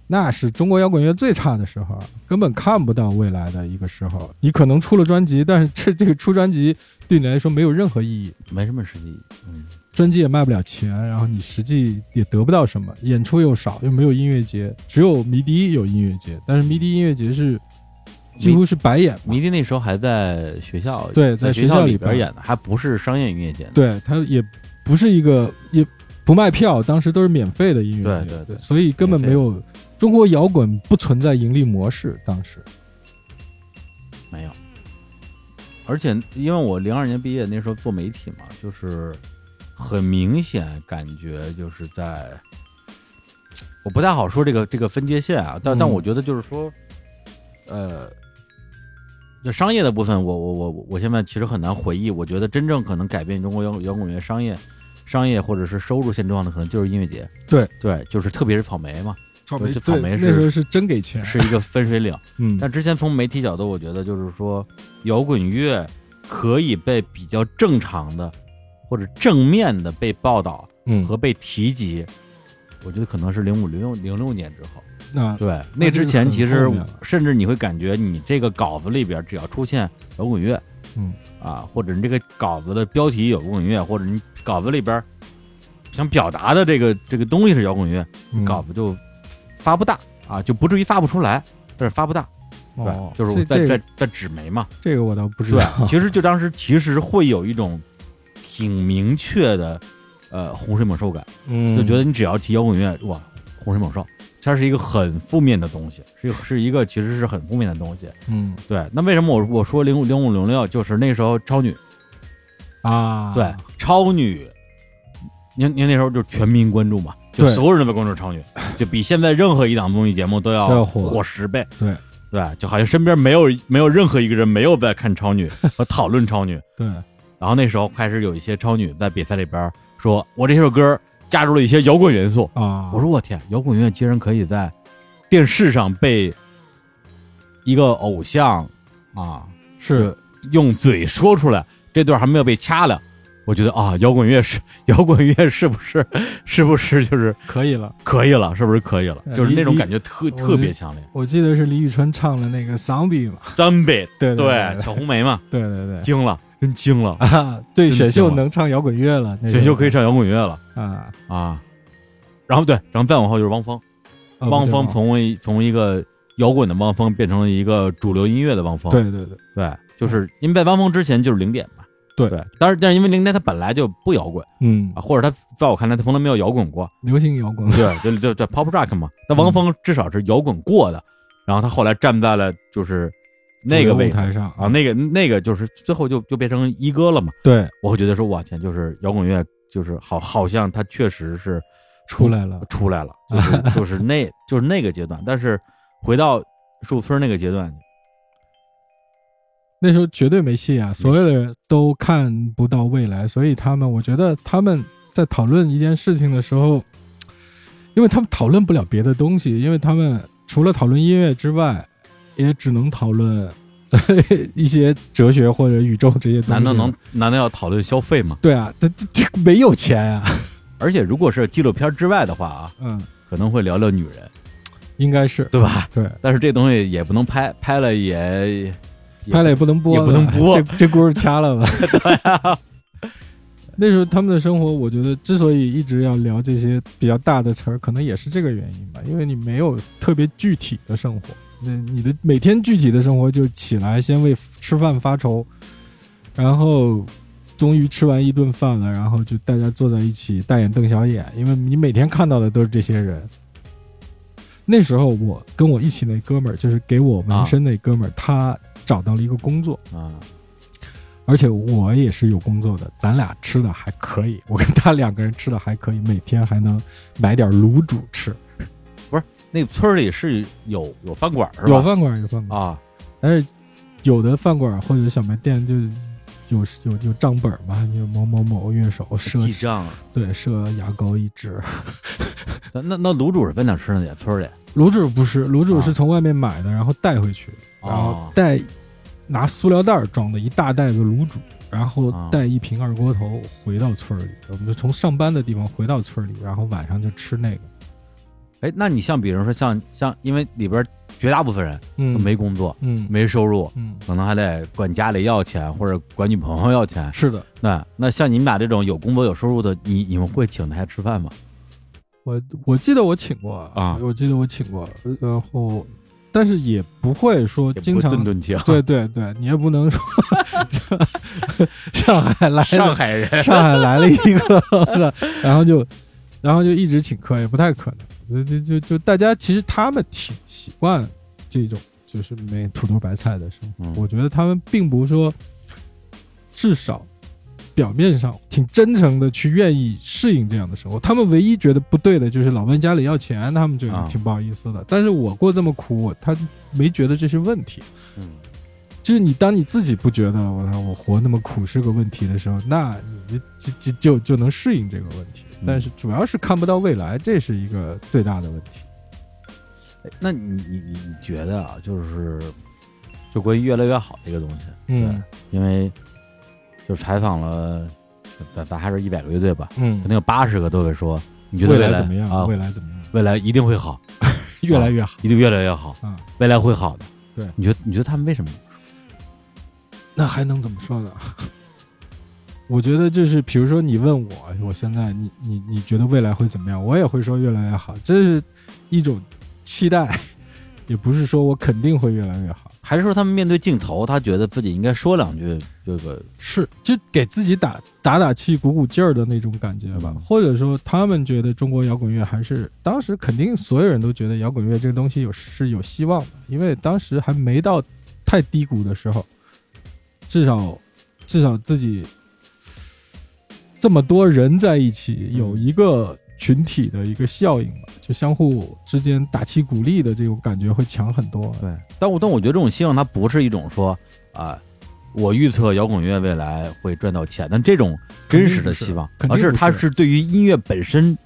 那是中国摇滚乐最差的时候，根本看不到未来的一个时候。你可能出了专辑，但是这这个出专辑对你来说没有任何意义，
没什么实际，嗯，
专辑也卖不了钱，然后你实际也得不到什么，演出又少，又没有音乐节，只有迷笛有音乐节，但是迷笛音乐节是几乎是白演嘛，
迷笛那时候还在学校，
对
在
在
学
学校
里
里边
演的，还不是商业音乐节呢。
对，它也不是一个也不卖票，当时都是免费的音乐节，
对对对
所以根本
免
没
费
有中国摇滚不存在盈利模式，当时
没有。而且因为我零二年毕业，那时候做媒体嘛，就是很明显感觉就是在，我不太好说这个这个分界线啊，但、但
嗯
我觉得就是说，呃，就商业的部分我，我我我我现在其实很难回忆。我觉得真正可能改变中国摇摇滚乐商业商业或者是收入现状的，可能就是音乐节。
对
对，就是特别是草莓嘛，
草
莓
对
草莓是
那时候是真给钱，
是一个分水岭。
嗯，
但之前从媒体角度，我觉得就是说，摇滚乐可以被比较正常的或者正面的被报道
嗯
和被提及，我觉得可能是零五零六零六年之后。
那
对，
那
那之前
就是
其
很
实
后面了
甚至你会感觉你这个稿子里边只要出现摇滚乐，
嗯
啊，或者你这个稿子的标题有摇滚乐，或者你稿子里边想表达的这个这个东西是摇滚乐，
嗯
稿子就发不大啊，就不至于发不出来，但是发不大。对，
哦，
就是
这啊
我在
这
在在纸媒嘛。
这个我倒不知
对啊
道，，
其实就当时其实会有一种挺明确的，呃，洪水猛兽感，
嗯
就觉得你只要提摇滚乐，哇，洪水猛兽，它是一个很负面的东西，是一个是一个其实是很负面的东西。
嗯
对，那为什么我我说零五零五零六就是那时候超女，
啊，
对，超女，您您那时候就全民关注嘛，就
对
所有人都关注超女，就比现在任何一档综艺节目都
都
要
要火
火十倍。
对
对，就好像身边没有没有任何一个人没有在看超 女和讨论超女。
对
然后那时候开始有一些超女在比赛里边说，我这首歌加入了一些摇滚元素。
啊，
我说我天，摇滚乐竟然可以在电视上被一个偶像啊
是
用嘴说出来，这段还没有被掐了。我觉得啊，摇滚乐是 摇滚乐，是不是 是不是就是
可以了。
可以了？是不是可以了？
呃
就是那种
你
感觉特
我
特别强烈。
我记得是李宇春唱了那个《Zombie》嘛，
Zombie，
对对
对，
对
小红梅嘛，
对对对
惊了，真惊了，
啊，对，
真
选秀
行啊
能唱摇滚乐了，那个
选秀可以唱摇滚乐了
啊，
啊。然后对，然后再往后就是汪峰，
啊
汪
不对
峰
忘了
从一从一个摇滚的汪峰变成了一个主流音乐的汪峰。
对对对
对，就是因为在汪峰之前就是零点嘛，
对
对，但是但是因为林丹他本来就不摇滚
嗯
啊，，或者他在我看来他从来没有摇滚过，
流行摇 滚，
对，就就就 pop rock 嘛。但王峰至少是摇滚过的，然后他后来站在了就是那个位
舞
置
台上
啊，，那个那个就是最后就就变成一哥了嘛。
对，
我会觉得说，哇天，就是摇滚乐，就是好，好像他确实是
出来了，
出来了，就是 就是那就是那个阶段。但是回到树村那个阶段，
那时候绝对没戏
嗯
啊，所有的人都看不到未来，所以他们，我觉得他们在讨论一件事情的时候，因为他们讨论不了别的东西，因为他们除了讨论音乐之外，也只能讨论 一些哲学或者宇宙这些东西。啊
难道能？难道要讨论消费吗？
对啊，这这这没有钱啊，
而且如果是纪录片之外的话啊，
嗯，
可能会聊聊女人，
应该是
对吧？
对，
但是这东西也不能拍，拍了也
拍了也不能播
也
了，
不能播啊
这这故事掐了 吧？那时候他们的生活，我觉得之所以一直要聊这些比较大的词儿，可能也是这个原因吧，因为你没有特别具体的生活，那你的每天具体的生活就起来先为吃饭发愁，然后终于吃完一顿饭了，然后就大家坐在一起大眼瞪小眼，因为你每天看到的都是这些人。那时候我跟我一起那哥们儿，就是给我纹身那哥们儿，他找到了一个工作，
啊，
而且我也是有工作的，咱俩吃的还可以，我跟他两个人吃的还可以，每天还能买点卤煮吃，
那村儿里是有有饭馆是吧？
有饭馆有饭馆，
啊，
但是有的饭馆或者小卖店就有有有账本嘛，就某某某乐手设
记账。
对设牙膏一支，
那那那卤煮是在哪吃的呀？村儿里
卤煮不是，卤煮
啊
是从外面买的，然后带回去，
哦
然后带拿塑料袋儿装的一大袋子卤煮，然后
啊
带一瓶二锅头回到村儿里。我们就从上班的地方回到村儿里，然后晚上就吃那个。
哎，那你像比如说像像，因为里边绝大部分人
嗯
都没工作，
嗯
没收入，
嗯，
可能还得管家里要钱或者管女朋友要钱。
是的，
那那像你们俩这种有工作有收入的，你你们会请他吃饭吗？
我我记得我请过
啊
我记得我请过，呃然后但是也不会说
也不
经
会
常
顿。顿请。
对对对，你也不能说 上海来 的
上海 人
上海来了一个，然后就，然后就一直请客，也不太可能。呃就就就就大家其实他们挺习惯这种就是没土豆白菜的生活，
嗯
我觉得他们并不说，至少表面上挺真诚的去愿意适应这样的生活。他们唯一觉得不对的就是老问家里要钱，他们觉得
啊
挺不好意思的。但是我过这么苦，我他没觉得这是问题。
嗯
就是你当你自己不觉得我操我活那么苦是个问题的时候，那你就就就就能适应这个问题。
嗯
但是主要是看不到未来，这是一个最大的问题。
哎那你你你你觉得啊，就是就关于越来越好这个东西，
嗯
对，因为就采访了，咱咱还是一百个乐队吧，肯
嗯，
定有八十个都会说，你觉得
未
来
来怎么样？
啊？
未来怎么样？
未来一定会好，
越来越好
一定越来越好，
啊！
未来会好的。
对
你觉得你觉得他们为什么？
那还能怎么说呢？ 我觉得就是，比如说你问我，我现在你你你觉得未来会怎么样？我也会说越来越好，这是一种期待， 也不是说我肯定会越来越好。
还是说他们面对镜头，他觉得自己应该说两句这个
是，就给自己打打打气、鼓鼓劲儿的那种感觉吧
嗯。
或者说，他们觉得中国摇滚乐还是呃当时肯定所有人都觉得摇滚乐这个东西有是有希望的，因为当时还没到太低谷的时候，至少至少自己这么多人在一起，有一个群体的一个效应吧，就相互之间打气鼓励的这种感觉会强很多。
对，但我但我觉得这种希望，它不是一种说啊、我预测摇滚乐未来会赚到钱，但这种真实的希望，
肯
而
定不是
是它是对于音乐本身，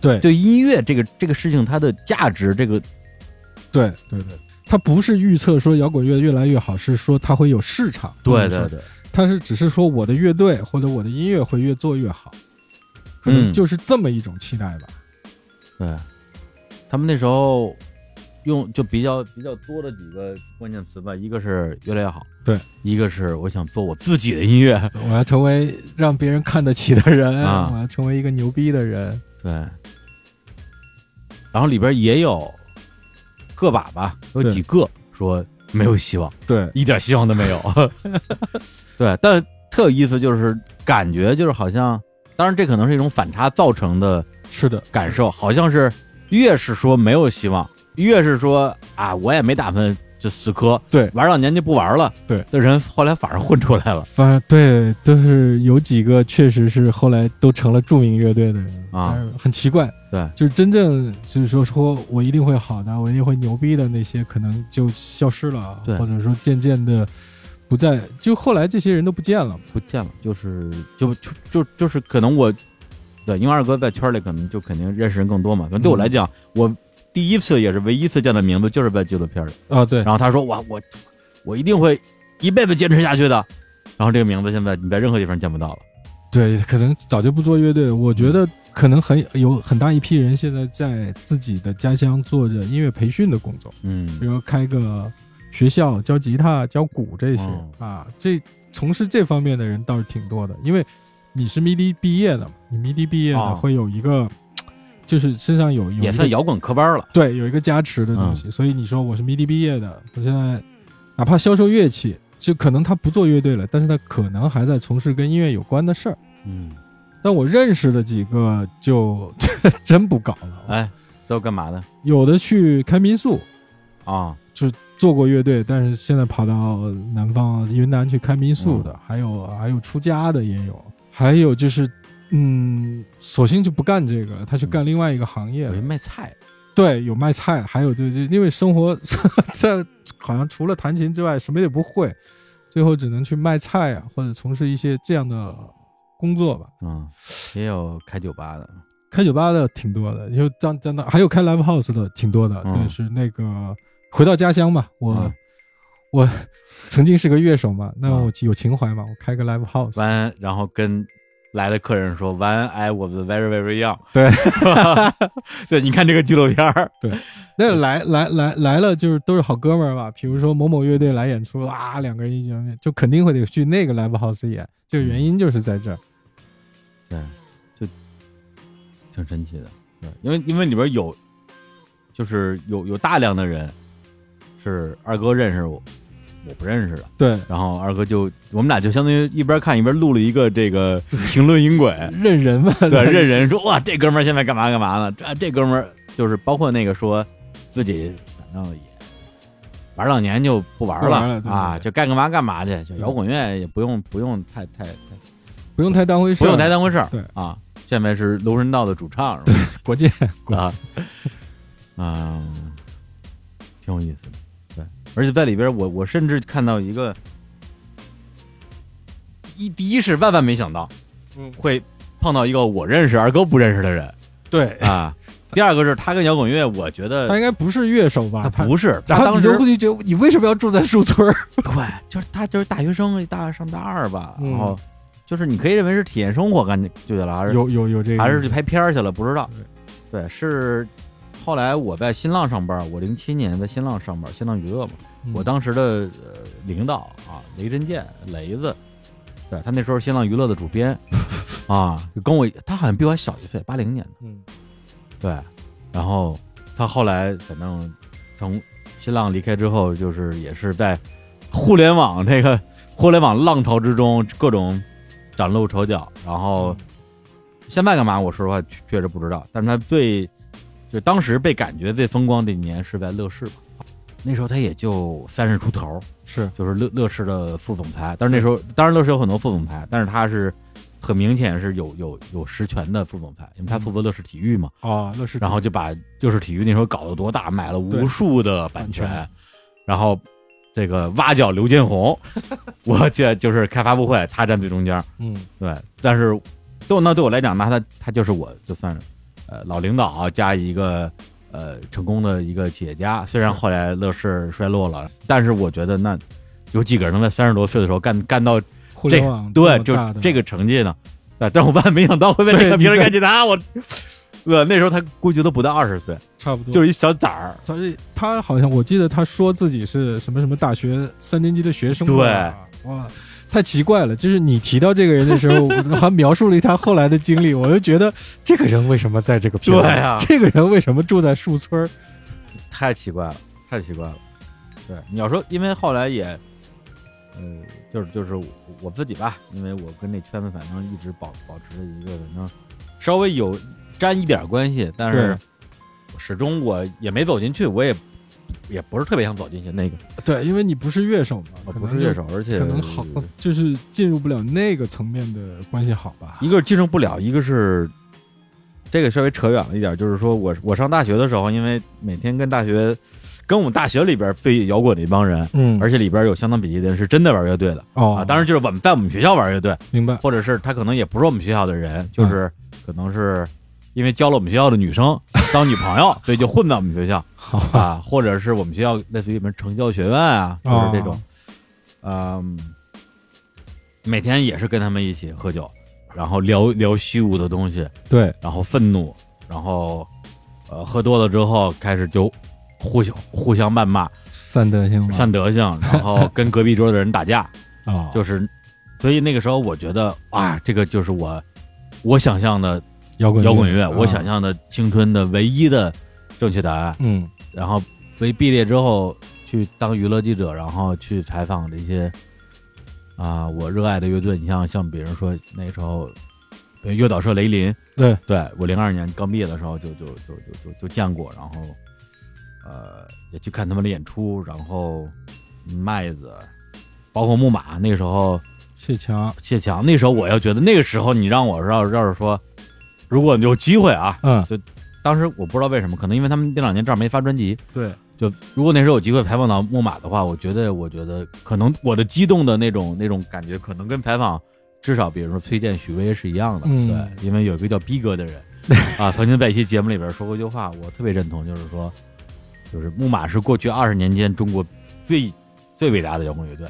对
对音乐这个这个事情它的价值，这个
对对对，它不是预测说摇滚乐越来越好，是说它会有市场。
对
或者
对
说，
对，
它是只是说我的乐队或者我的音乐会越做越好，可能
嗯
就是这么一种期待吧。
对，他们那时候用就比较比较多的几个关键词吧，一个是越来越好，
对，
一个是我想做我自己的音 乐，
我要成为让别人看得起的人，
啊
我要成为一个牛逼的人。
对，然后里边也有个把吧，有
对
几个说没有希望，
对，
一点希望都没有。对，但特有意思，就是感觉就是好像，当然这可能是一种反差造成的
是的，
感受，好像是越是说没有希望，越是说啊我也没打算就死磕，
对
玩到年纪不玩了，
对，
这人后来反而混出来了
反正对，都是有几个确实是后来都成了著名乐队的人
啊，
但是很奇怪，
对，
就是真正就是说说我一定会好的，我一定会牛逼的那些，可能就消失了，
对
或者说渐渐的不再，就后来这些人都不见了，
不见了，就是就就就就是可能我，对，因为二哥在圈里可能就肯定认识人更多嘛，可能对我来讲，我第一次也是唯一一次见的名字就是在纪录片里。
啊，对，
然后他说我我我一定会一辈子坚持下去的。然后这个名字现在你在任何地方见不到了。
对，可能早就不做乐队了。我觉得
嗯
可能很有很大一批人现在在自己的家乡做着音乐培训的工作，比
嗯，
如开个学校教吉他、教鼓这些、
哦
啊，这从事这方面的人倒是挺多的。因为你是 MIDI 毕业的嘛，你 MIDI 毕业的、
哦
会有一个，就是身上有有
也
一
算
个
摇滚科班了。
对有一个加持的东西。所以你说我是 MIDI 毕业的，我现在哪怕销售乐器，就可能他不做乐队了，但是他可能还在从事跟音乐有关的事儿。
嗯，
但我认识的几个就 真不搞了，
哎，都干嘛的
有的去开民宿，
啊？
做过乐队，但是现在跑到南方云南去开民宿的，还有还有出家的也有，还有就是。嗯，索性就不干这个了，他去干另外一个行业
我
了。
去卖菜。
对，有卖菜，还有对对，因为生活 在好像除了弹琴之外什么也不会，最后只能去卖菜啊，或者从事一些这样的工作吧。
嗯，也有开酒吧的。
开酒吧的挺多的，就当真的还有开 live house 的挺多的，
嗯
对，是那个回到家乡嘛，我、
嗯
我曾经是个乐手嘛，那
嗯
我有情怀嘛，我开个 live house，
完，然后跟来的客人说完 I was very very young。
对，
对，你看这个纪录片儿，
那来来来来了就是都是好哥们儿嘛，比如说某某乐队来演出啊，两个人一见面就肯定会得去那个 live house 演，这个原因就是在这儿，
对，就挺神奇的。对，因为因为里边有，就是有有大量的人是二哥认识我，我不认识的。
对，
然后二哥就我们俩就相当于一边看一边录了一个这个评论音轨，
认人嘛，
对，认人说哇这哥们儿现在干嘛干嘛呢？这这哥们儿就是包括那个说自己反正也玩两年就不玩
不
了
玩了对
啊，
对对
就该干嘛干嘛去，就
对
摇滚乐也不用不用太太太
不用太当回事，
不用太当回事儿，
对
啊。现在是楼神道的主唱是吧？
国界，
啊，嗯，挺有意思的，对，而且在里边我我甚至看到一个，第一第一是万万没想到
嗯，
会碰到一个我认识二哥不认识的人
对，
啊，第二个是他跟摇滚乐，我觉
他
得
应该不是乐手吧？
他
他
不是，他
然后
当
你就
时
会觉得你为什么要住在树村儿？
对，就是他就是大学生，大上大二吧，
嗯
然后就是你可以认为是体验生活干去了，还是
有有有这个，
还是去拍片儿去了，不知道。对，是后来我在新浪上班，我零七年在新浪上班，新浪娱乐嘛，
嗯
我当时的呃领导啊，雷震健，雷子，对他那时候新浪娱乐的主 编啊，跟我他好像比我还小一岁，八零年的，
嗯
对，然后他后来反正从新浪离开之后，就是也是在互联网这个互联网浪潮之中各种崭露头角，然后。现在干嘛？我说实话，确确实不知道。但是他最就当时被感觉最风光的一年是在乐视吧，那时候他也就三十出头，
是
就是乐乐视的副总裁。但是那时候，当然乐视有很多副总裁，但是他是很明显是有有有实权的副总裁，因为他负责乐视体育嘛。
啊，乐视，
然后就把乐视体育那时候搞得多大，买了无
对
数的版
版
权，
权
然后这个挖角刘建宏， 我这就是开发布会，他站最中间。
嗯
对，但是对我那对我来讲，那他他就是我就算是呃老领导、加一个呃成功的一个企业家。虽然后来乐视衰落了，但是我觉得那有几个人能在三十多岁的时候干干到
互
这
联网
对
么
就
大的
这个成绩呢？啊，但我万万没想到会被
对
这个
你
别人
在
干起他，我。呃，那时候他估计都不到二十岁，
差不多
就是一小崽儿。
他是他好像我记得他说自己是什么什么大学三年级的学生
对
吧，哇，太奇怪了。就是你提到这个人 的时候，我还描述了他后来的经历，我就觉得这个人为什么在这个片儿
对啊
这个人为什么住在树村儿？
太奇怪了，太奇怪了。对，你要说，因为后来也呃，就是就是我我自己吧，因为我跟这圈子反正一直保保持着一个反正稍微有沾一点关系，但是始终我也没走进去，我也也不是特别想走进去那个，
对，因为你不是乐手嘛，
我哦
可
不
能
是
就
乐手，而且
可能好就是进入不了那个层面的关系好吧？
一个是进入不了，一个是这个稍微扯远了一点，就是说我我上大学的时候，因为每天跟大学跟我们大学里边最摇滚的一帮人，
嗯
而且里边有相当比例的人是真的玩乐队的
哦
啊，，当然就是我们在我们学校玩乐队，
明白，
或者是他可能也不是我们学校的人，
嗯
就是可能是因为交了我们学校的女 生当女朋友，所以就混到我们学校
好，
啊，或者是我们学校类似于什么成教学院啊，
哦
就是这种，嗯，每天也是跟他们一起喝酒，然后聊聊虚无的东西，
对，
然后愤怒，然后呃喝多了之后开始就互相互相谩骂、
三德行吧，
散德性，然后跟隔壁桌的人打架，
啊，
就是，所以那个时候我觉得啊，这个就是我我想象的
摇滚
摇滚乐，
啊
我想象的青春的唯一的正确答案。
嗯，
然后，所以毕业之后去当娱乐记者，然后去采访这些啊我热爱的乐队。你像像比如说那时候，比如乐导社雷林，
对，
对我零二年刚毕业的时候就就就就就就见过，然后呃也去看他们的演出，然后麦子，包括木马那时候。
谢强，
谢强，那时候我要觉得那个时候你让我要要是说，如果有机会啊，
嗯，
当时我不知道为什么，可能因为他们那两年正好没发专辑，
对，
就如果那时候有机会采访到木马的话，我觉得我觉得可能我的激动的那种那种感觉，可能跟采访至少比如说崔健、许巍是一样的，
嗯
对，因为有一个叫逼哥的人啊，曾经在一期节目里边说过一句话，我特别认同，就是说，就是木马是过去二十年间中国最最伟大的摇滚乐队。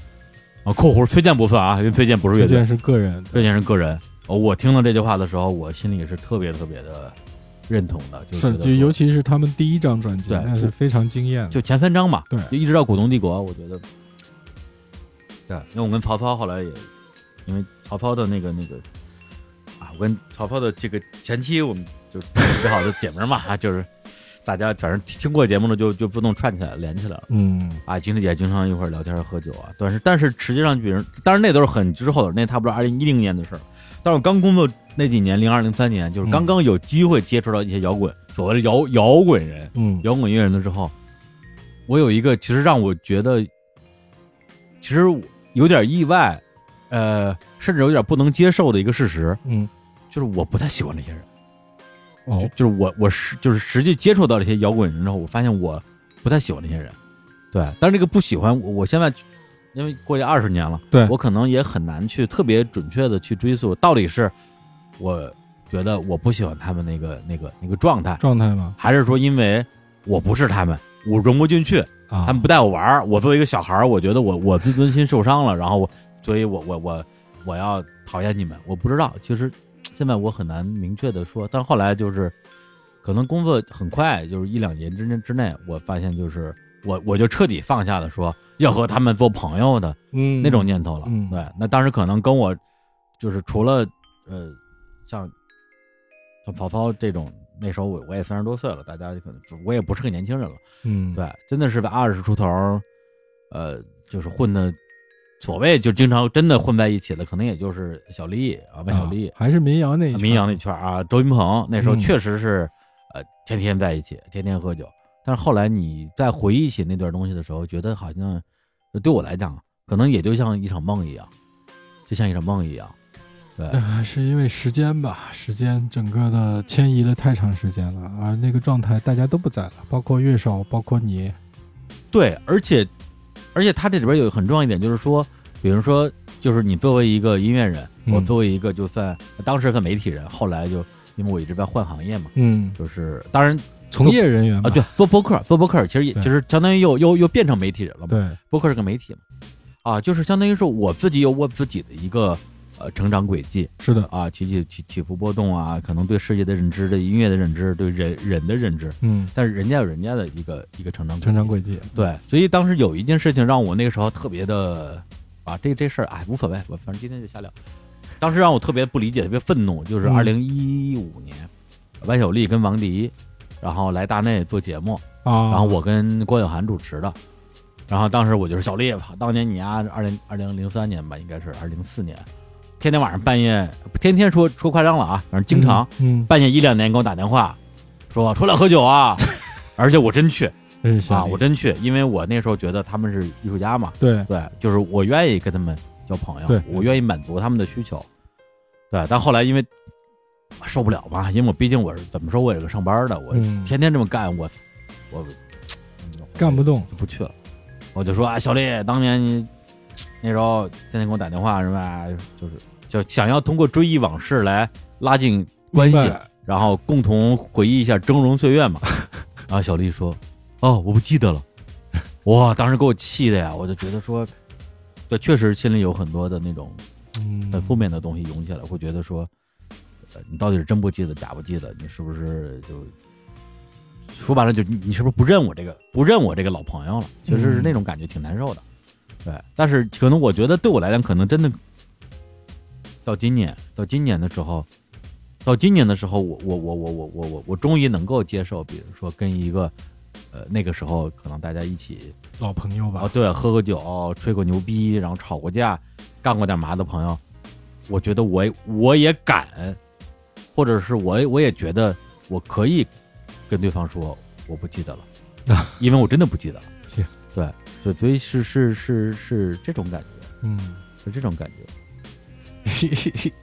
啊，括弧崔健不算啊，因为崔健不是乐
这
队，
件是个人，
这件事个人。呃我听到这句话的时候，我心里是特别特别的认同的，就是觉得
就
说
尤其是他们第一张专辑，
对
那是非常惊艳的，
就前三章嘛，
对
就一直到《古东帝国》，我觉得，对，啊因为我跟曹操后来也，因为曹操的那个那个啊，我跟曹操的这个前妻，我们就特别好的姐们儿嘛，啊就是大家反正听过节目的就就自动串起来连起来了。
嗯，
啊，经也经常一块儿聊天儿喝酒啊，但是但是实际上，比如当然那都是很之后的，那差不多二零一零年的事儿。但是我刚工作那几年，零二零三年，就是刚
嗯
刚有机会接触到一些摇滚，所谓的摇摇滚人、
嗯，
摇滚乐人的之后，我有一个其实让我觉得，其实我有点意外，呃，甚至有点不能接受的一个事实，
嗯，
就是我不太喜欢这些人。
哦，
就是我我是就是实际接触到这些摇滚人之后，我发现我不太喜欢这些人。对，但是这个不喜欢，我我现在因为过去二十年了，
对
我可能也很难去特别准确的去追溯到底是我觉得我不喜欢他们那个那个那个状态，
状态嘛，
还是说因为我不是他们，我融不进去，
啊，
他们不带我玩儿，我作为一个小孩儿，我觉得我我自尊心受伤了，然后我，所以我我我我要讨厌你们，我不知道，其实现在我很难明确的说，但后来就是，可能工作很快，就是一两年之内之内，我发现就是我我就彻底放下了说要和他们做朋友的
嗯
那种念头了，
嗯
对，那当时可能跟我就是除了呃像像曹操这种，那时候我我也三十多岁了，大家可能我也不是个年轻人了。
嗯，
对，真的是在二十出头儿，呃，就是混的，所谓就经常真的混在一起的，可能也就是小丽啊，万小
啊
丽、
还是民谣那一圈
民谣那圈儿啊，周云鹏那时候
嗯
确实是，呃，天天在一起，天天喝酒。但是后来你再回忆起那段东西的时候，觉得好像对我来讲，可能也就像一场梦一样，就像一场梦一样。对，
那还是因为时间吧，时间整个的迁移了太长时间了，而那个状态大家都不在了，包括乐手，包括你，
对，而且而且他这里边有很重要一点，就是说，比如说，就是你作为一个音乐人，
嗯
我作为一个就算当时算媒体人，后来就因为我一直在换行业嘛，
嗯，
就是当然
从业人员
啊，
吧
对，做播客，做播客其实也
对
其实相当于又又又变成媒体人了嘛，
啊对，
播客是个媒体嘛，啊，就是相当于是我自己有我自己的一个呃成长轨迹，
是的，
啊，起起起起伏波动啊，可能对世界的认知、对音乐的认知、对人人的认知，
嗯，
但是人家有人家的一个一个成长轨
成长
迹。
轨迹，
对，所以当时有一件事情让我那个时候特别的，啊，这这事儿哎无所谓，我反正今天就瞎聊。当时让我特别不理解、特别愤怒，就是
嗯
二零一五年，万晓利跟王迪，然后来大内做节目，
啊，
然后我跟郭晓涵主持的，然后当时我就是小猎吧，当年你丫二零二零零三年吧，应该是二零零四年，天天晚上半夜，天天说说夸张了啊，反正经常、
嗯，
半夜一两点给我打电话，说出来喝酒 啊，而且我真去
嗯，真是小
啊，
李
我真去，因为我那时候觉得他们是艺术家嘛，
对，
对，就是我愿意跟他们交朋友
对，
我愿意满足他们的需求，对。但后来因为受不了嘛，因为我毕竟我是怎么说，我也是上班的，我
嗯
天天这么干，我我
干不动，
就不去了。我就说啊，小丽，当年你那时候天天给我打电话是吧？就是就想要通过追忆往事来拉近关系
明白，
然后共同回忆一下峥嵘岁月嘛。然后小丽说：“哦，我不记得了。”哇，当时给我气的呀！我就觉得说，对，确实心里有很多的那种
嗯，
很负面的东西涌起来，会觉得说，呃，你到底是真不记得，假不记得？你是不是就说白了就你你是不是不认我这个不认我这个老朋友了？其实是那种感觉挺难受的。对，但是可能我觉得对我来讲，可能真的到今年到今年的时候，到今年的时候，我我我我我我我我终于能够接受，比如说跟一个呃那个时候可能大家一起
老朋友
啊，
吧，
对，喝过酒，吹过牛逼，然后吵过架，干过点嘛的朋友，我觉得我也我也敢，或者是我也我也觉得我可以跟对方说我不记得了，因为我真的不记 得了。
行，
对，所以所以是是是是这种感觉，
嗯，
是这种感觉。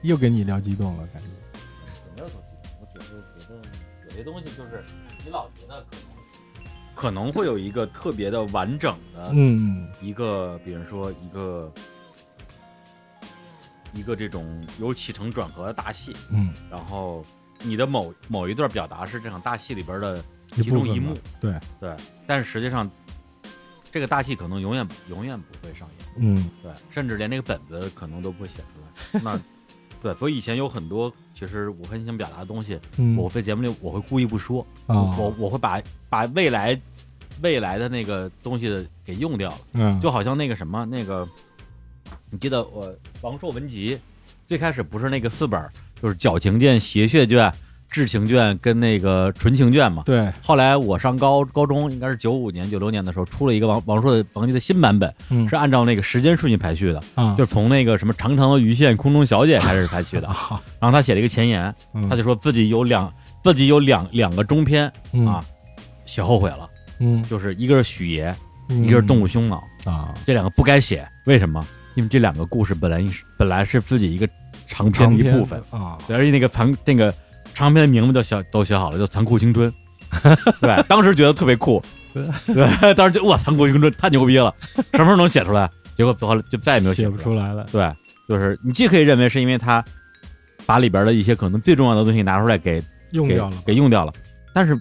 又跟你聊激动了，感觉，
没有我只是觉得有些东西就是你老觉得可能可能会有一个特别的完整的
嗯，
一个，比如说一个一个这种有起承转合的大戏，
嗯，
然后你的某某一段表达是这场大戏里边的
一
其
部
中
分
一
嘛
幕，，
对，
对，但是实际上这个大戏可能永远永远不会上演，
嗯，
对，甚至连那个本子可能都不会写 出来，那。对，所以以前有很多其实我很想表达的东西，
嗯，
我在节目里我会故意不说，
啊，
我我会把把未来未来的那个东西的给用掉了。
嗯，
就好像那个什么那个，你记得我王朔文集最开始不是那个四本儿，就是矫情卷、邪血卷、至情卷跟那个纯情卷嘛。
对，
后来我上高高中，应该是九五年、九六年的时候，出了一个王王朔的王集的新版本，
嗯，
是按照那个时间顺序排序的，
啊，
就是从那个什么长长的鱼线、空中小姐开始排序 的。
好，
然后他写了一个前言，
嗯
啊他就说自己有两自己有两两个中篇啊，，写后悔了，
嗯，
就是一个是许爷，
嗯
一个是动物凶脑。
啊，
这两个不该写，为什么？因为这两个故事本来是本来是自己一个长篇
长
的一
篇
部分，
啊，
对而且那个残那个长篇的名字都写都写好了，叫《残酷青春》， 对，当时觉得特别 酷，对，当时就哇，《残酷青春》太牛逼了，什么时候能写出来？结果后来就再也没有
写
写
不
来。
出来了，
对，就是你既可以认为是因为他把里边的一些可能最重要的东西拿出来给
用
给
掉了，
给用掉了。但是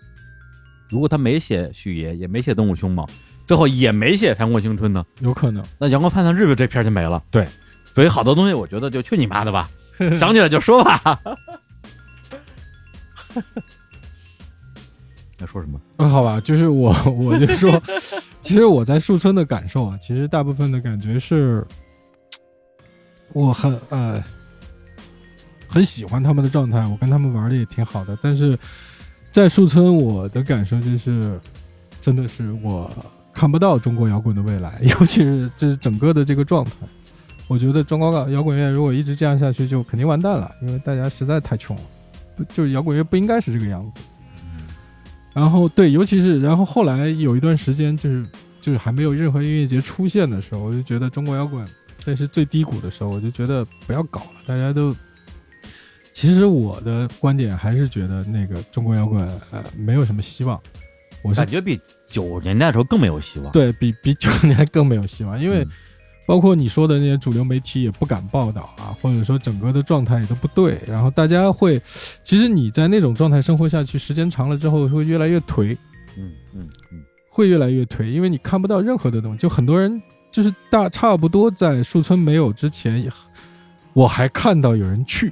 如果他没写许爷，也没写动物凶猛，最后也没写《残酷青春》呢？
有可能，
那《阳光灿烂的日子》这片儿就没了。
对，
所以好多东西我觉得就去你妈的 吧，想起来就说吧。要说什么？
嗯，好吧，就是我，我就说，其实我在树村的感受啊，其实大部分的感觉是，我很呃很喜欢他们的状态，我跟他们玩的也挺好的。但是在树村，我的感受就是，真的是我看不到中国摇滚的未来， 尤其是这是整个的这个状态。我觉得中国摇滚乐如果一直这样下去，就肯定完蛋了，因为大家实在太穷了，不就是摇滚乐不应该是这个样子。然后对，尤其是然后后来有一段时间，就是就是还没有任何音乐节出现的时候，我就觉得中国摇滚这是最低谷的时候，我就觉得不要搞了，大家都。其实我的观点还是觉得那个中国摇滚呃没有什么希望，我是
感觉比九十年代的时候更没有希望。
对比比九十年代更没有希望，因为
嗯
包括你说的那些主流媒体也不敢报道啊，或者说整个的状态也都不对，然后大家会，其实你在那种状态生活下去，时间长了之后会越来越颓，
嗯嗯嗯
会越来越颓，因为你看不到任何的东西。就很多人就是大差不多在树村没有之前，也我还看到有人去，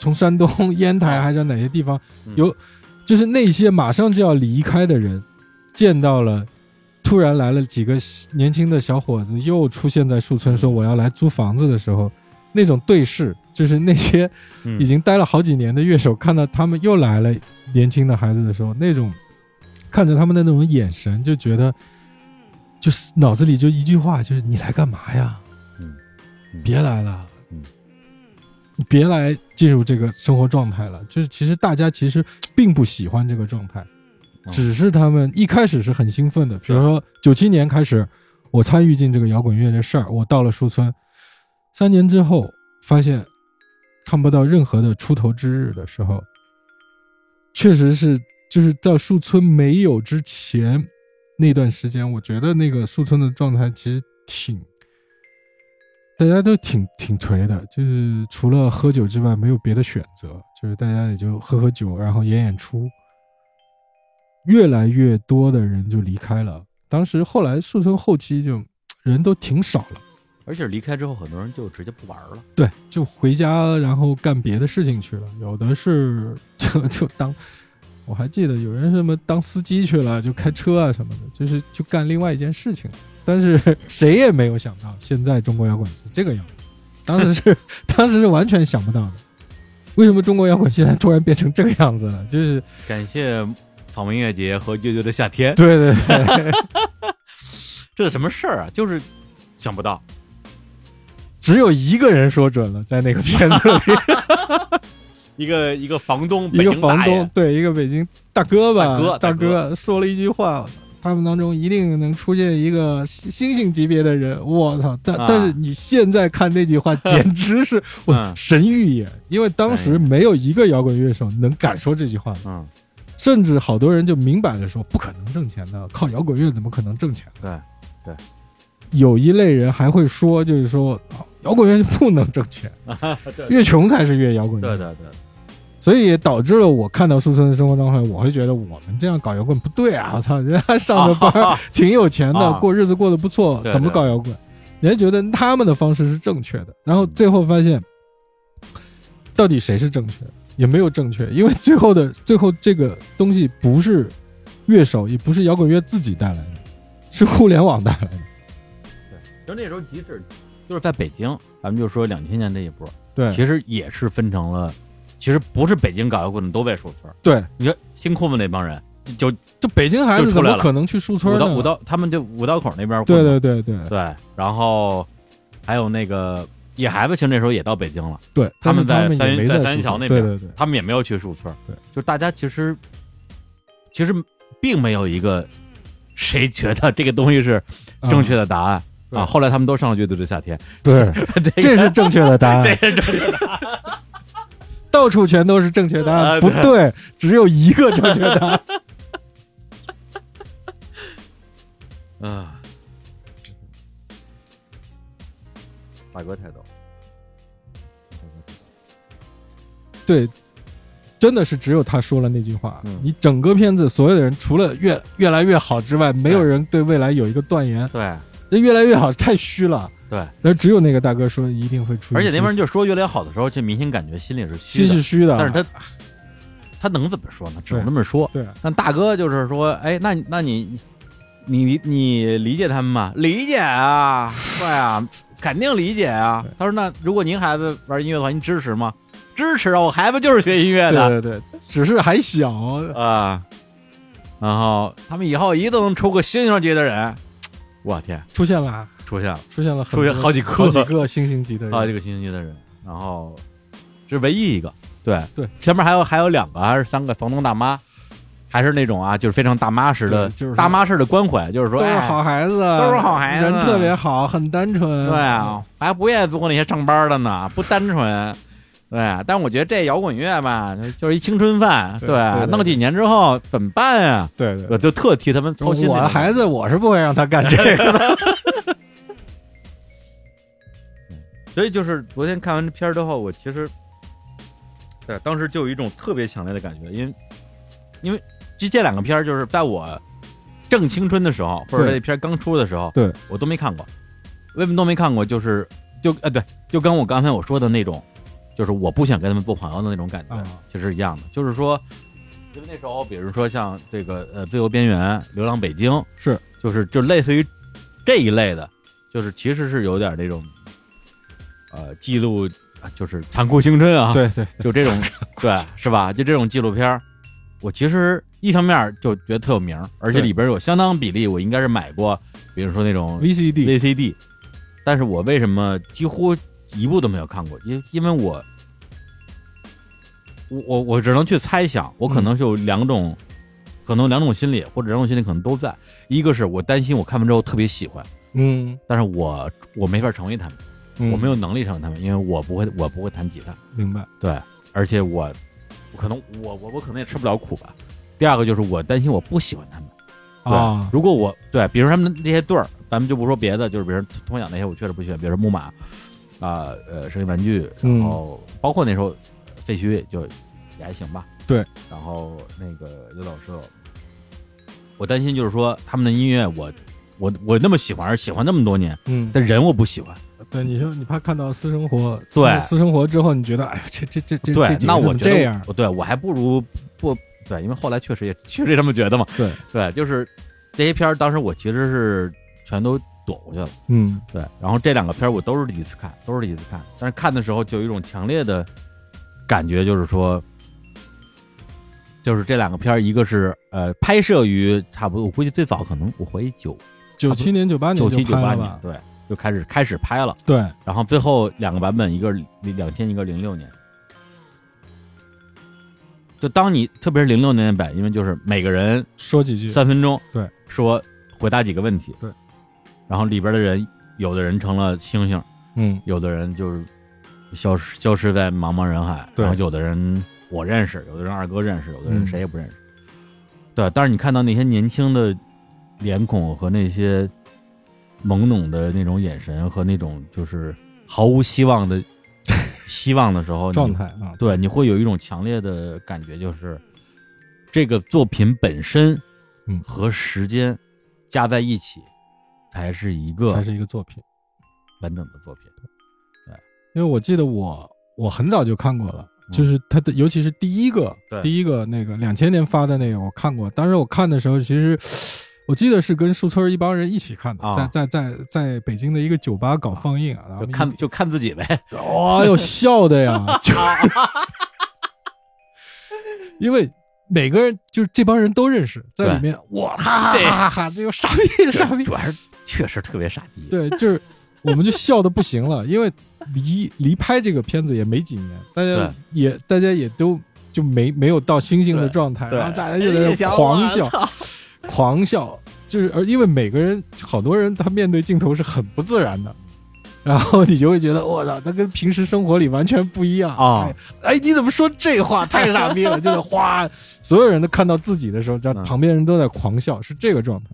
从山东烟台还是哪些地方，
嗯，
有就是那些马上就要离开的人，见到了。突然来了几个年轻的小伙子，又出现在树村，说我要来租房子的时候，那种对视，就是那些
嗯
已经待了好几年的乐手，看到他们又来了年轻的孩子的时候，那种看着他们的那种眼神，就觉得就是脑子里就一句话，就是你来干嘛呀？
嗯嗯
别来了，
嗯
你别来进入这个生活状态了。就是其实大家其实并不喜欢这个状态，
嗯
只是他们一开始是很兴奋的。比如说九七年开始，我参与进这个摇滚乐的事儿，我到了树村，三年之后发现看不到任何的出头之日的时候，确实是就是到树村没有之前那段时间，我觉得那个树村的状态其实挺，大家都挺挺颓的，就是除了喝酒之外没有别的选择，就是大家也就喝喝酒，然后演演出。越来越多的人就离开了，当时后来树村后期就人都挺少了。
而且离开之后，很多人就直接不玩了。
对，就回家，然后干别的事情去了。有的是 就就当，我还记得有人什么当司机去了，就开车啊什么的，就是就干另外一件事情。但是谁也没有想到，现在中国摇滚是这个样子。当时是 当时是完全想不到的，为什么中国摇滚现在突然变成这个样子了？就是
感谢草莓音乐节和乐队的夏天，
对对对，
这是什么事儿啊？就是想不到，
只有一个人说准了，在那个片子里，
一个一个房东，
一个
北京
房
大爷
东，，对一个北京大哥吧，
大哥
大
大哥
说了一句话，我操他们当中一定能出现一个星星星级别的人，我操！但、
啊
但是你现在看那句话，简直是我
嗯
神预言，因为当时没有一个摇滚乐手能敢说这句话的，
嗯，
甚至好多人就明摆着说不可能挣钱的，靠摇滚乐怎么可能 挣钱？
对，
有一类人还会说，就是说、啊摇滚乐就不能挣 钱，越穷才是越摇滚乐。
对对对，
所以也导致了我看到树村的生活状态，我会觉得我们这样搞摇滚不对啊！我操，人家上着班儿、挺有钱的，
啊
过日子过得不错，
对
怎么
对
搞摇滚？人家觉得他们的方式是正确的，然后最后发现，到底谁是正确的，也没有正确，因为最后的最后这个东西不是乐手，也不是摇滚乐自己带来的，是互联网带来的。
就那时候即使就是在北京，咱们就说两千年这一波，
对
其实也是分成了，其实不是北京搞摇滚的都被树村儿，
对，
你看新裤子那帮人，就就
这北京孩子
就
怎
出来
么
了
可能去树村
五
呢？
道五道，他们就五道口那边混
对
嘛，
对对对
对，然后还有那个野孩子，其实那时候也到北京了，
对，
他们
但是
在
他们也
三
没
在
树
三
村
桥那
对
边
对对。
他们也没有去树村，
对，
就大家其实其实并没有一个谁觉得这个东西是
啊
正确的答案。
嗯对
啊！后来他们都上了乐队的夏天，
对，
个
这是正确的答案，
这是
到处全都是正确答案，
啊
不
对
对，只有一个正确答案。
啊，大哥太逗，
对，真的是只有他说了那句话。
嗯
你整个片子所有的人，除了越越来越好之外，没有人对未来有一个断言。
对
这越来越好太虚了，
对，
那只有那个大哥说一定会出现
而
新
且
事。
那边人就说越来越好的时候，这明显感觉心里是虚
心
的，
是啊虚的，
但是他他能怎么说呢？只能
对
那么说。
对
但大哥就是说，哎，那你那你你你你理解他们吗？理解啊，对啊，肯定理解啊
对。
他说，那如果您孩子玩音乐的话，您支持吗？支持啊，我孩子就是学音乐的
对对对，只是还小，
啊。然后他们以后一定能出个星星级的人。我天，
出现了啊，
出现了
出现了很多
出现好几个
好几个星星级的
啊，
人，
这个星星级的人，然后这是唯一一个。对
对，
前面还有还有两个还是三个房东大妈。还是那种啊，就是非常大妈式的，
对就是
大妈式的关怀，就是说，
都是
哎，
好孩子，
都是好孩子
人特别好，很单纯。
对啊，还不愿意做那些上班的呢，不单纯。对啊，但我觉得这摇滚乐吧，就就是一青春饭。
对对对对
弄几年之后怎么办呀？
对对对
我就特替他们操心。
我的孩
子，
子，我是不会让他干这个的。
所以就是昨天看完这片儿之后，我其实，对，当时就有一种特别强烈的感觉，因为，因为这这两个片儿就是在我正青春的时候，或者
对
这片儿刚出的时候，
对
我都没看过，为什么都没看过？就是就呃，对，就跟我刚才我说的那种，就是我不想跟他们做朋友的那种感觉，
啊
其实是一样的。就是说，因为那时候，比如说像这个呃《自由边缘》《流浪北京》
是，
就是就类似于这一类的，就是其实是有点那种呃记录，啊就是残酷青春啊，
对对，
就这种对是吧？就这种纪录片儿，我其实一一方面就觉得特有名儿，而且
对
里边有相当比例我应该是买过，比如说那种
VCD
VCD，但是我为什么几乎一部都没有看过？因因为我，我我我只能去猜想，我可能是有两种，可能有两种心理，或者两种心理可能都在。一个是我担心我看完之后特别喜欢，
嗯，
但是我我没法成为他们，
嗯，
我没有能力成为他们，因为我不会我不会弹吉他，
明白，
对，而且我我可能我我我可能也吃不了苦吧。第二个就是我担心我不喜欢他们。对，
啊，
如果我对，比如他们那些队儿，咱们就不说别的，就是比如说通奖那些，我确实不喜欢，比如说木马啊、呃，声音玩具，
嗯
然后包括那时候废墟就也还行吧。
对，
然后那个有老师，我担心就是说他们的音乐我。我我那么喜欢，而喜欢那么多年，
嗯，
但人我不喜欢。
对，你说你怕看到私生活，私
对
私生活之后，你觉得哎呦，这这这这
对
这，几个
那
人
我
怎么
觉得
这样，
我对我还不如不对，因为后来确实也确实这么觉得嘛。
对
对，就是这些片儿，当时我其实是全都躲过去了。
嗯
对，然后这两个片儿我都是第一次看，都是第一次看，但是看的时候就有一种强烈的感觉，就是说，就是这两个片儿，一个是呃拍摄于差不多，我估计最早可能我怀疑九
九七年九八年
九
就
七九
拍
八
了
年
吧，？
对，就开始开始拍了，
对，
然后最后两个版本，一个两千，一个零六年。就当你特别是零六年版，因为就是每个人
说几句，
三分钟，
对，
说回答几个问题，
对，
然后里边的人有的人成了星星。
嗯
有的人就是消失消失在茫茫人海，
对
然后有的人我认识，有的人二哥认识，有的人
嗯
谁也不认识。对，但是你看到那些年轻的脸孔和那些懵懂的那种眼神和那种就是毫无希望 的希望的时候，你
状态啊，
对，你会有一种强烈的感觉，就是这个作品本身，
嗯
和时间加在一起，才是一个
才是一个作品。
完整的作品。
因为我记得我我很早就看过了，
嗯
就是他的，尤其是第一个
对
第一个那个两千年发的那个，我看过。当时我看的时候，其实我记得是跟树村一帮人一起看的，
啊
在在在在北京的一个酒吧搞放映啊，然后
就
一
看就看自己呗，
哇哟，笑 的呀，就因为每个人就是这帮人都认识，在里面哇哈哈哈哈哈，这个傻逼傻逼
主，要是确实特别傻逼。
对，就是我们就笑的不行了，因为离离拍这个片子也没几年，大家
对
也大家也都就没没有到星星的
对
状态，
对哎
然后大家就在那狂笑，狂笑，就是而因为每个人好多人他面对镜头是很不自然的。然后你就会觉得，我操，他跟平时生活里完全不一样
啊
哎！哎，你怎么说这话？太傻逼了！就是哗，所有人都看到自己的时候，在
嗯
旁边人都在狂笑，是这个状态。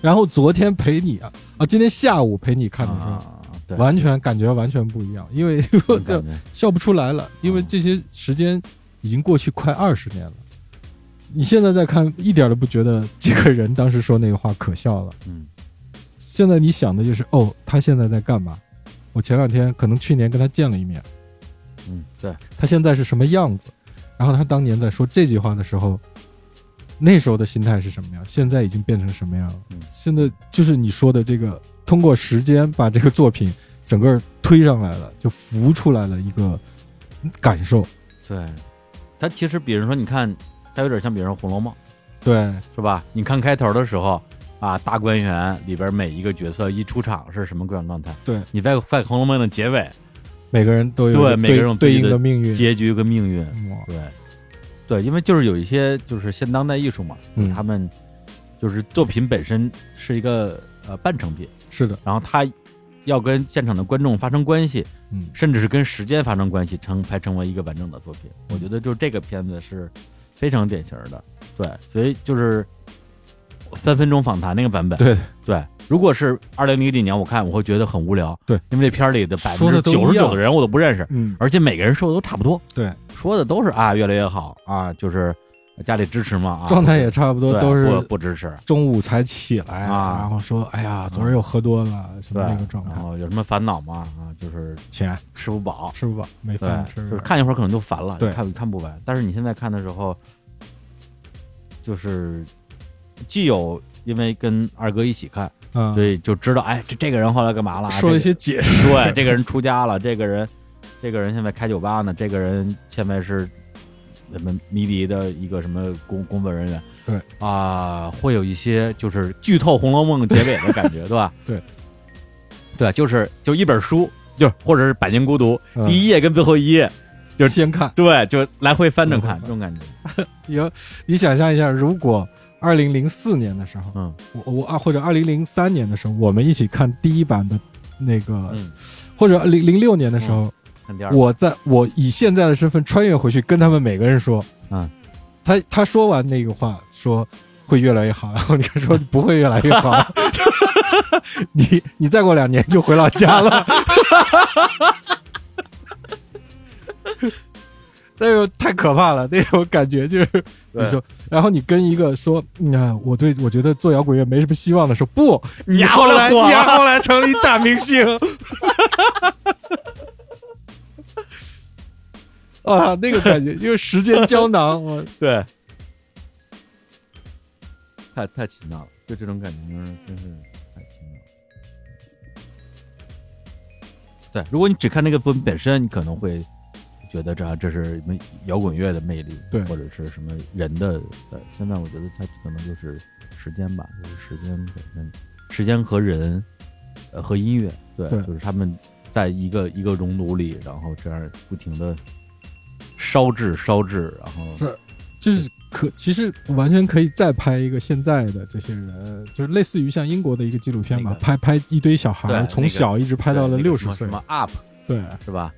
然后昨天陪你啊啊，今天下午陪你看的时候，
啊，对，
完全感觉完全不一样，因为
这
我
种
就
感觉
笑不出来了，因为
嗯
这些时间已经过去快二十年了。你现在再看，一点都不觉得这个人当时说那个话可笑了。
嗯，
现在你想的就是，哦，他现在在干嘛？我前两天可能去年跟他见了一面，
嗯，对，
他现在是什么样子，然后他当年在说这句话的时候，那时候的心态是什么样，现在已经变成什么样了
嗯？
现在就是你说的这个，通过时间把这个作品整个推上来了，就浮出来了一个感受。
对，它其实比如说，你看，它有点像，比如说《红楼梦
对，》，
是吧？你看开头的时候啊，大观园里边每一个角色一出场是什么各种状态，
对
你在在《红楼梦》的结尾，
每个人都有
对
一个
每
对
个人有
对
自己
应
的
的命运。
结局跟命运，
嗯
对，对，因为就是有一些就是现当代艺术嘛，
嗯
就是他们就是作品本身是一个呃半成品，
是的，
然后它要跟现场的观众发生关系，
嗯，
甚至是跟时间发生关系，成才成为一个完整的作品。我觉得就这个片子是非常典型的，对，所以就是三分钟访谈那个版本，
对，
对如果是二零零几年，我看我会觉得很无聊，
对，
因为这片儿里的百分
说
之
的都
九
一
十
样
九的人我都不认识，
嗯，
而且每个人说的都差不多，
对，
说的都是啊越来越好啊，就是家里支持吗？啊，
状态也差不多，
对
都是
不不支持，
中午才起来，
啊
然后说，哎呀，昨儿又喝多了，什
对
么那个状，态
然，后有什么烦恼吗？啊，就是
钱
吃不饱，
吃不饱，没
对
饭，吃
哎就是
不饱，
看一会儿可能就烦了，
对
看看不完。但是你现在看的时候，就是既有因为跟二哥一起看，
嗯，
所以就知道，哎，这这个人后来干嘛了？啊
说了一些解释，
这个、对，这个人出家了，这个人，这个人现在开酒吧呢，这个人现在是什么迷笛的一个什么工工作人员，
对
啊、会有一些就是剧透《红楼梦》结尾的感 觉，对吧？
对，
对，就是就一本书，就是或者是《百年孤独》
嗯
第一页跟最后一页，就是
先看。
对，就来回翻着看
嗯
这种感觉，
有你想象一下，如果二零零四年的时候，
嗯
我我啊，或者二零零三年的时候，我们一起看第一版的那个，
嗯，
或者零零六年的时候，
看第二，
我在我以现在的身份穿越回去，跟他们每个人说，
嗯，
他他说完那个话，说会越来越好，然后你说不会越来越好， 你你再过两年就回老家了。 那个太可怕了，那种感觉就是
对
你说，然后你跟一个说，嗯啊，我对我觉得做摇滚乐没什么希望的时候，不，
你
后来
火
你
了
后来成了一大明星。啊，那个感觉，因为时间胶囊，我
对，太太奇妙了，就这种感觉，真是太奇妙了。对，如果你只看那个作品本身，你可能会觉得这这是什么摇滚乐的魅力，
对
或者是什么人的。对，现在我觉得它可能就是时间吧，就是时间本身，时间和人，呃，和音乐，对，
对
就是他们在一个一个熔炉里，然后这样不停的烧制烧制，然后
是就是可，其实完全可以再拍一个现在的这些人，就是类似于像英国的一个纪录片嘛
那，个
拍拍一堆小孩
对
儿，
那个
从小一直拍到了
对那
六
个
十
什
岁
么，什么 up
对
是吧？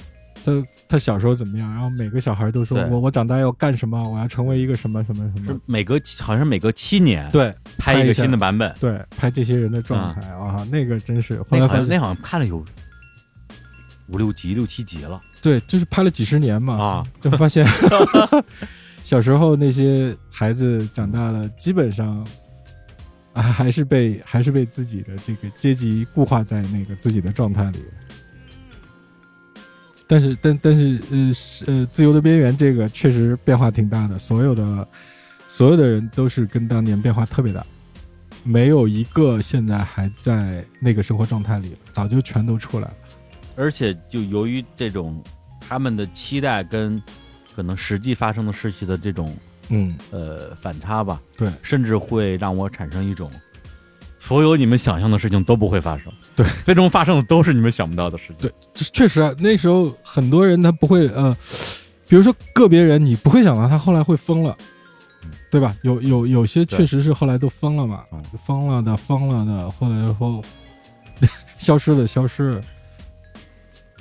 他他小时候怎么样，然后每个小孩都说
对
我我长大要干什么，我要成为一个什么什么什么
是，每隔七好像是每隔七年
嗯对
拍
拍
一
一
个
下
新的版本。
对，拍这些人的状态啊，那个真是，后
嗯那
来
好
发
像
现
那好像看了有五六集、六七集了
对，就是拍了几十年嘛，
啊！
就发现小时候那些孩子长大了，基本上啊还是被还是被自己的这个阶级固化在那个自己的状态里。但是，但但是，呃，是呃，自由的边缘这个确实变化挺大的，所有的所有的人都是跟当年变化特别大，没有一个现在还在那个生活状态里了，早就全都出来了。
而且就由于这种他们的期待跟可能实际发生的事情的这种
嗯，
呃反差吧，
对，
甚至会让我产生一种。所有你们想象的事情都不会发生，
对，
最终发生的都是你们想不到的事情。
对这确实啊，那时候很多人他不会呃，比如说个别人你不会想到他后来会疯了
嗯，
对吧？有有有些
对
确实是后来都疯了嘛
嗯，
疯了的疯了的，后来后 消失的消失了，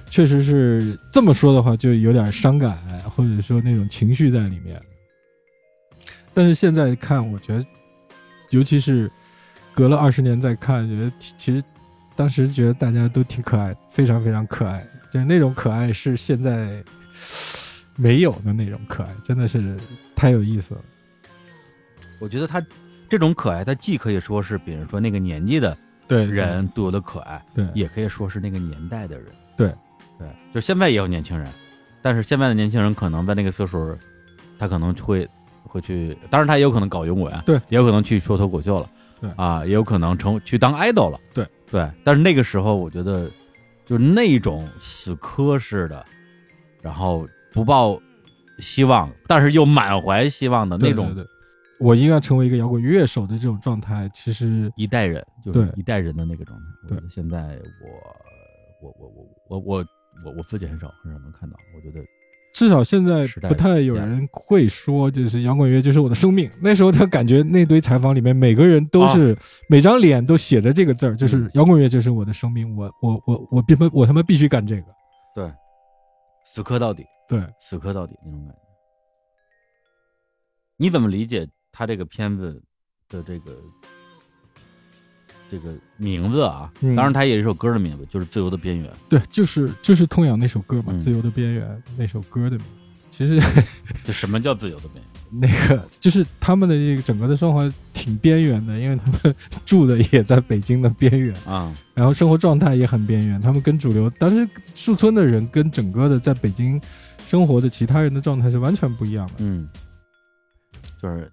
确实是这么说的话就有点伤感，或者说那种情绪在里面。但是现在看，我觉得，尤其是隔了二十年再看，觉得其其实当时觉得大家都挺可爱，非常非常可爱，就是那种可爱是现在没有的那种可爱，真的是太有意思了。
我觉得他这种可爱，他既可以说是比如说那个年纪的
对，
人对我的可爱，
对
也可以说是那个年代的人。
对，
对，就现在也有年轻人，但是现在的年轻人可能在那个岁数，他可能会会去，当然他也有可能搞摇滚，啊
对，
也有可能去说脱口秀了，
对
啊，也有可能成去当 idol 了，
对
对。但是那个时候，我觉得就是那种死磕似的，然后不抱希望，但是又满怀希望的
对
那种
对对我应该成为一个摇滚乐手的这种状态，其实
一代人，就是
对
一代人的那个状态。我觉
对
得现在我我我我我我我我自己很少很少能看到，我觉得
至少现在
时代
不太有人会说，就是摇滚乐就是我的生命。那时候他感觉那堆采访里面每个人都是、
啊
每张脸都写着这个字儿，
嗯
就是摇滚乐就是我的生命，我我我我必我他妈必须干这个。
对死磕到底，
对，
死磕到底那种感觉。你怎么理解他这个片子的这个这个名字啊？
嗯
当然，它也有一首歌的名字，就是《自由的边缘》。
对，就是就是痛痒那首歌嘛，
嗯
自由的边缘》那首歌的名字。其实
就什么叫自由的边缘？
那个就是他们的这个整个的生活挺边缘的，因为他们 住的也在北京的边缘，
啊、
然后生活状态也很边缘。他们跟主流，但是树村的人跟整个的在北京生活的其他人的状态是完全不一样的。
嗯，就是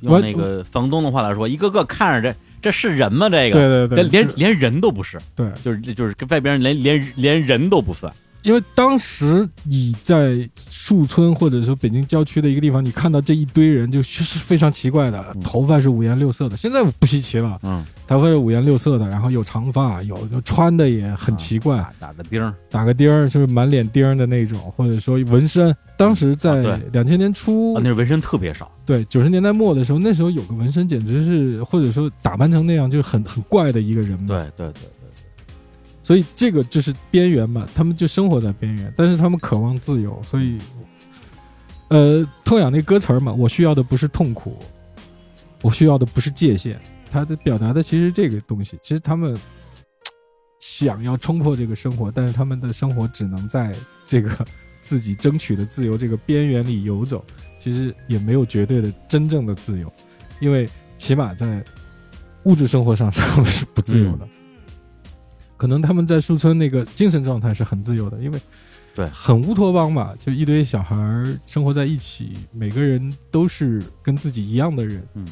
用
我
那个房东的话来说，一个个看着这这是人吗？这个
对对对，
连
是
连人都不是，
对
就是就是跟外边人连连连人都不算，
因为当时你在树村或者说北京郊区的一个地方，你看到这一堆人就是是非常奇怪的，
嗯
头发是五颜六色的。现在不稀奇了，
嗯，
头发是五颜六色的，然后有长发，有有穿的也很奇怪，
啊打打个钉儿，
打个钉儿就是满脸钉儿的那种，或者说纹身。当时在
啊对
两千年初，
啊，那是纹身特别少，
对九十年代末的时候，那时候有个纹身简直是或者说打扮成那样就是很很怪的一个人嘛。
对对对对，
所以这个就是边缘嘛，他们就生活在边缘，但是他们渴望自由，所以，呃，痛痒那歌词儿嘛，我需要的不是痛苦，我需要的不是界限，他的表达的其实这个东西，其实他们想要冲破这个生活，但是他们的生活只能在这个自己争取的自由这个边缘里游走，其实也没有绝对的真正的自由，因为起码在物质生活上，他们是不自由的。可能他们在树村那个精神状态是很自由的，因为
对
很乌托邦嘛，就一堆小孩儿生活在一起，每个人都是跟自己一样的人，
嗯，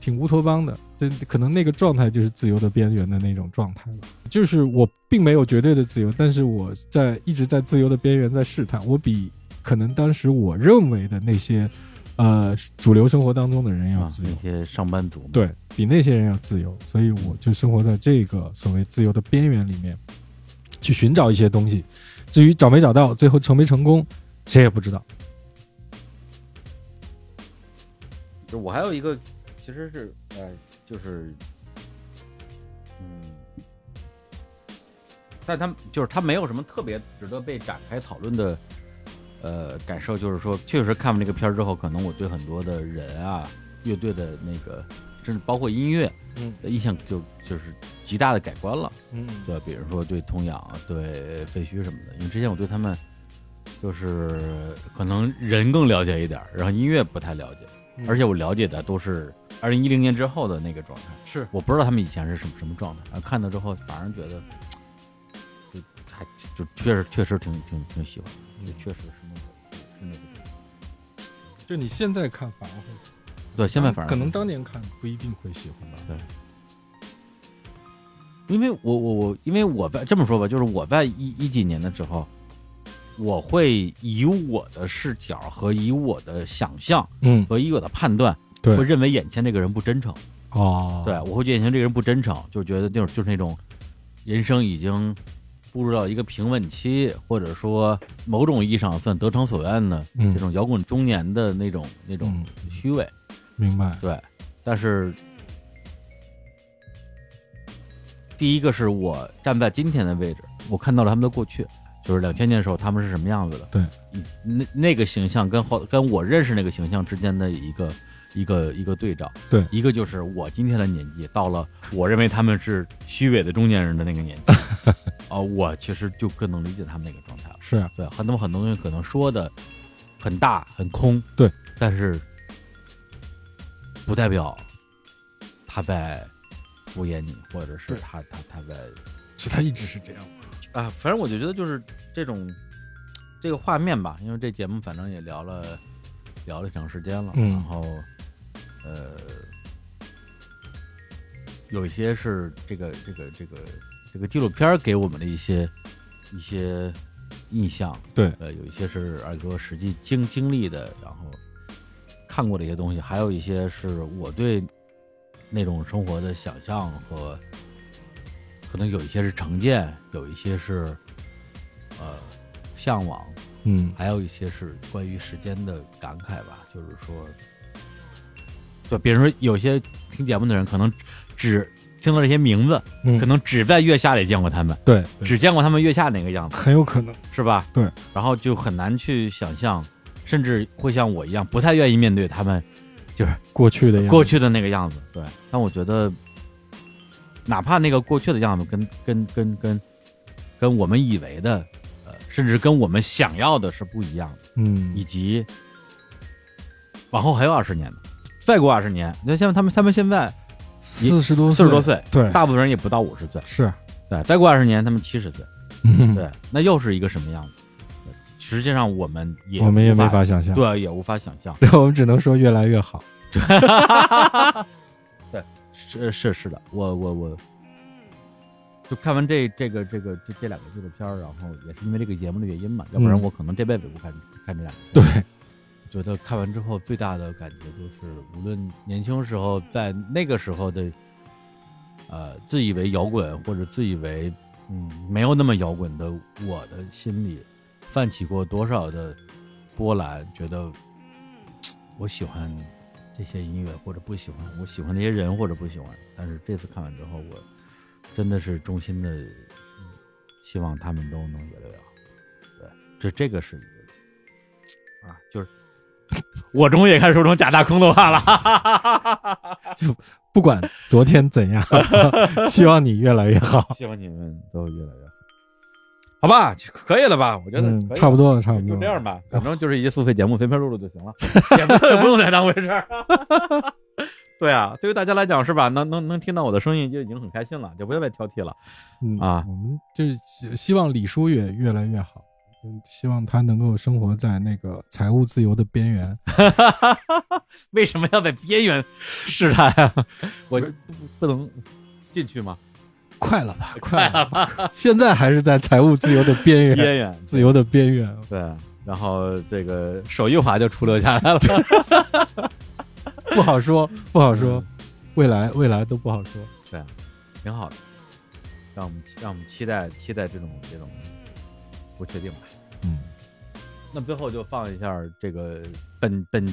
挺乌托邦的。这可能那个状态就是自由的边缘的那种状态吧。就是我并没有绝对的自由，但是我在一直在自由的边缘在试探。我比可能当时我认为的那些，呃，主流生活当中的人要
啊，
嗯自由。
那些上班族嘛，
对比那些人要自由，所以我就生活在这个所谓自由的边缘里面，去寻找一些东西。至于找没找到，最后成没成功，谁也不知道。
就我还有一个，其实是呃，就是，嗯，但他就是他没有什么特别值得被展开讨论的，呃，感受就是说，确实看完这个片儿之后，可能我对很多的人啊、乐队的那个，甚至包括音乐，
嗯，
印象就就是极大的改观了。
嗯
对，比如说对童养啊、对废墟什么的，因为之前我对他们就是可能人更了解一点儿，然后音乐不太了解，
嗯
而且我了解的都是二零一零年之后的那个状态，
是
我不知道他们以前是什么什么状态，啊，看到之后反而觉得就还就确实确实挺挺挺喜欢的，就确实是那个是那个，
嗯就你现在看反而会，
对，现在反而
嗯可能当年看不一定会喜欢吧。
因为我我我，因为我在这么说吧，就是我在一一几年的时候，我会以我的视角和以我的想象
嗯，
和以我的判断，
对
会认为眼前这个人不真诚。
哦，
对，我会觉得眼前这个人不真诚，就觉得那种就是那种人生已经步入到一个平稳期，或者说某种意义上算得偿所愿的
嗯
这种摇滚中年的那种那种虚伪。
明白。
对，但是第一个是我站在今天的位置，我看到了他们的过去，就是两千年的时候他们是什么样子的，
对
以，那那个形象跟后跟我认识那个形象之间的一个一个一个对照，
对
一个就是我今天的年纪到了，我认为他们是虚伪的中年人的那个年纪，啊、 我其实就更能理解他们那个状态了。
是，
对，很多很多东西可能说的很大很空，
对，
但是不代表他在敷衍你，或者是
对
他他他在
是他一直是这样。
啊，反正我就觉得就是这种这个画面吧，因为这节目反正也聊了聊了挺长时间了，
嗯
然后呃，有一些是这个这个这个这个纪录片儿给我们的一些一些印象，
对，
呃，有一些是二哥实际经经历的，然后看过的一些东西，还有一些是我对那种生活的想象和，可能有一些是成见，有一些是呃向往，
嗯
还有一些是关于时间的感慨吧，就是说，对，比如说有些听节目的人可能只听到这些名字，
嗯，
可能只在月下里见过他们，
对，对
只见过他们月下那个样子。
很有可能。
是吧？
对，
然后就很难去想象，甚至会像我一样，不太愿意面对他们
过去的样子
过去的那个样子。对，但我觉得，哪怕那个过去的样子跟跟跟跟跟我们以为的，呃，甚至跟我们想要的是不一样的，以
嗯，
及往后还有二十年呢，再过二十年，你看像他们，他们现在
四十多，
四十多，岁，
对，
大部分人也不到五十岁，
是，嗯
对，再过二十年，他们七十岁，
对，
对，那又是一个什么样子？对实际上，我们也
我们也
无
没法想象。
对，也无法想象。
对，我们只能说越来越好。
呃是是是的，我我我，就看完这这个这个这这两个纪录片儿，然后也是因为这个节目的原因嘛，要不然
嗯
我可能这辈子不看看这两个。
对，
觉得看完之后最大的感觉就是，无论年轻时候在那个时候的，呃，自以为摇滚或者自以为嗯没有那么摇滚的我的心里，泛起过多少的波澜，觉得嘖我喜欢这些音乐或者不喜欢，我喜欢这些人或者不喜欢。但是这次看完之后，我真的是衷心的希望他们都能越来越好。对，这这个是一个啊，就是。我终于也开始说这种假大空的话了，哈哈哈哈哈哈
不管昨天怎 样，希望你越来越好。
希望你们都越来越好，好吧？可以了吧？我觉得、
嗯，差不，多嗯了，差不多
就
了。
这样吧。反正就是一些付费节目，随便录录就 行了，也不也不用太当回事儿。 对啊，对于大家来讲是吧？能能能听到我的声音就已经很开心了，就不要再挑剔了。
嗯
啊
我们就是希希望李叔也越来越好，嗯，希望他能够生活在那个财务自由的边 缘。
为什么要在边缘试探啊？ 我不不能进去吗？
快了 吧，快了吧！现在还是在财务自由的边缘，
边缘
自由的边缘。
对，然后这个手一滑就出溜下来了。
不好说，不好说，未来未来都不好说。
对啊，挺好的，让我们让我们期待期待这种这种不确定吧。
嗯，
那最后就放一下这个本本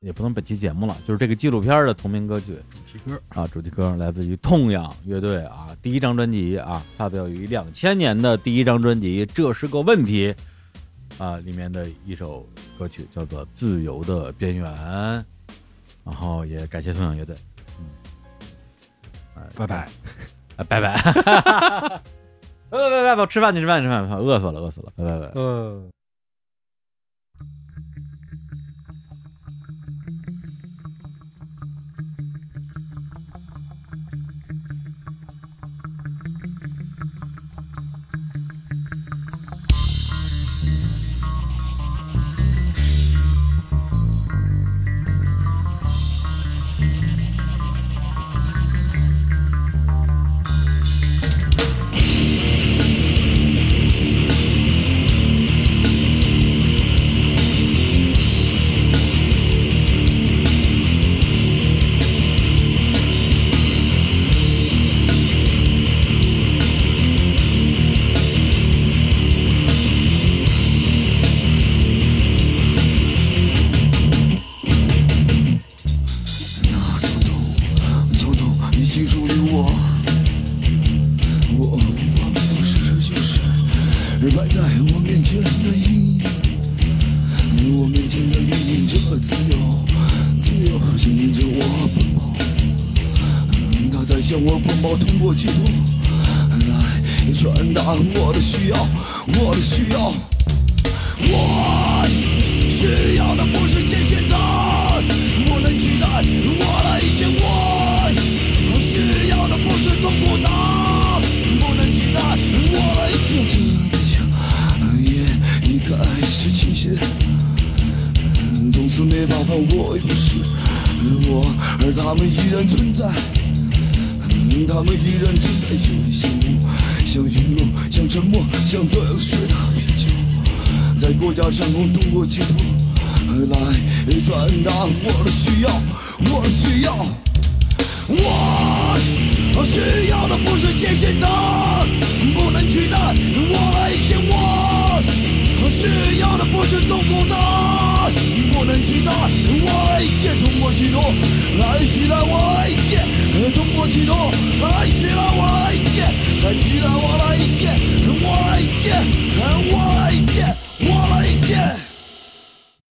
也不能本期节目了，就是这个纪录片的同名歌曲
主题歌，
啊，主题歌来自于痛仰乐队啊，第一张专辑啊，发表于两千年的第一张专辑《这是个问题》啊，里面的一首歌曲叫做《自由的边缘》，然后也感谢痛仰乐队，嗯，呃
拜拜。
啊，拜拜。拜拜拜拜，我吃饭去，吃饭去，吃饭去，饿死了，饿死了，拜拜拜拜。
嗯。
从头，从头已经属于我，我无法摆脱事实就是摆在我面前的阴影，我面前的阴影着自由，自由指引着我奔跑，嗯它在向我奔跑，通过寄托来传达我的需要，我的需要，我需要的不是界限感。我能取代我的一切我，我需要的不是痛苦的，不能取代我的一切。这一枪也一开始倾斜，从此没办法，我又是我，而他们依然存在，嗯他们依然存在，就像雾，像雨露，像沉默，像对水的冰球。在国家上空通过企图来传达我的需要，我的需要。我需要的不是界限的，不能取代我的一切我。需要的不是痛苦的，不能取代我的一切。通过企图来取代我的一切，通过企图来取代我的一切，来取代我的一切，我的一切，我的一切。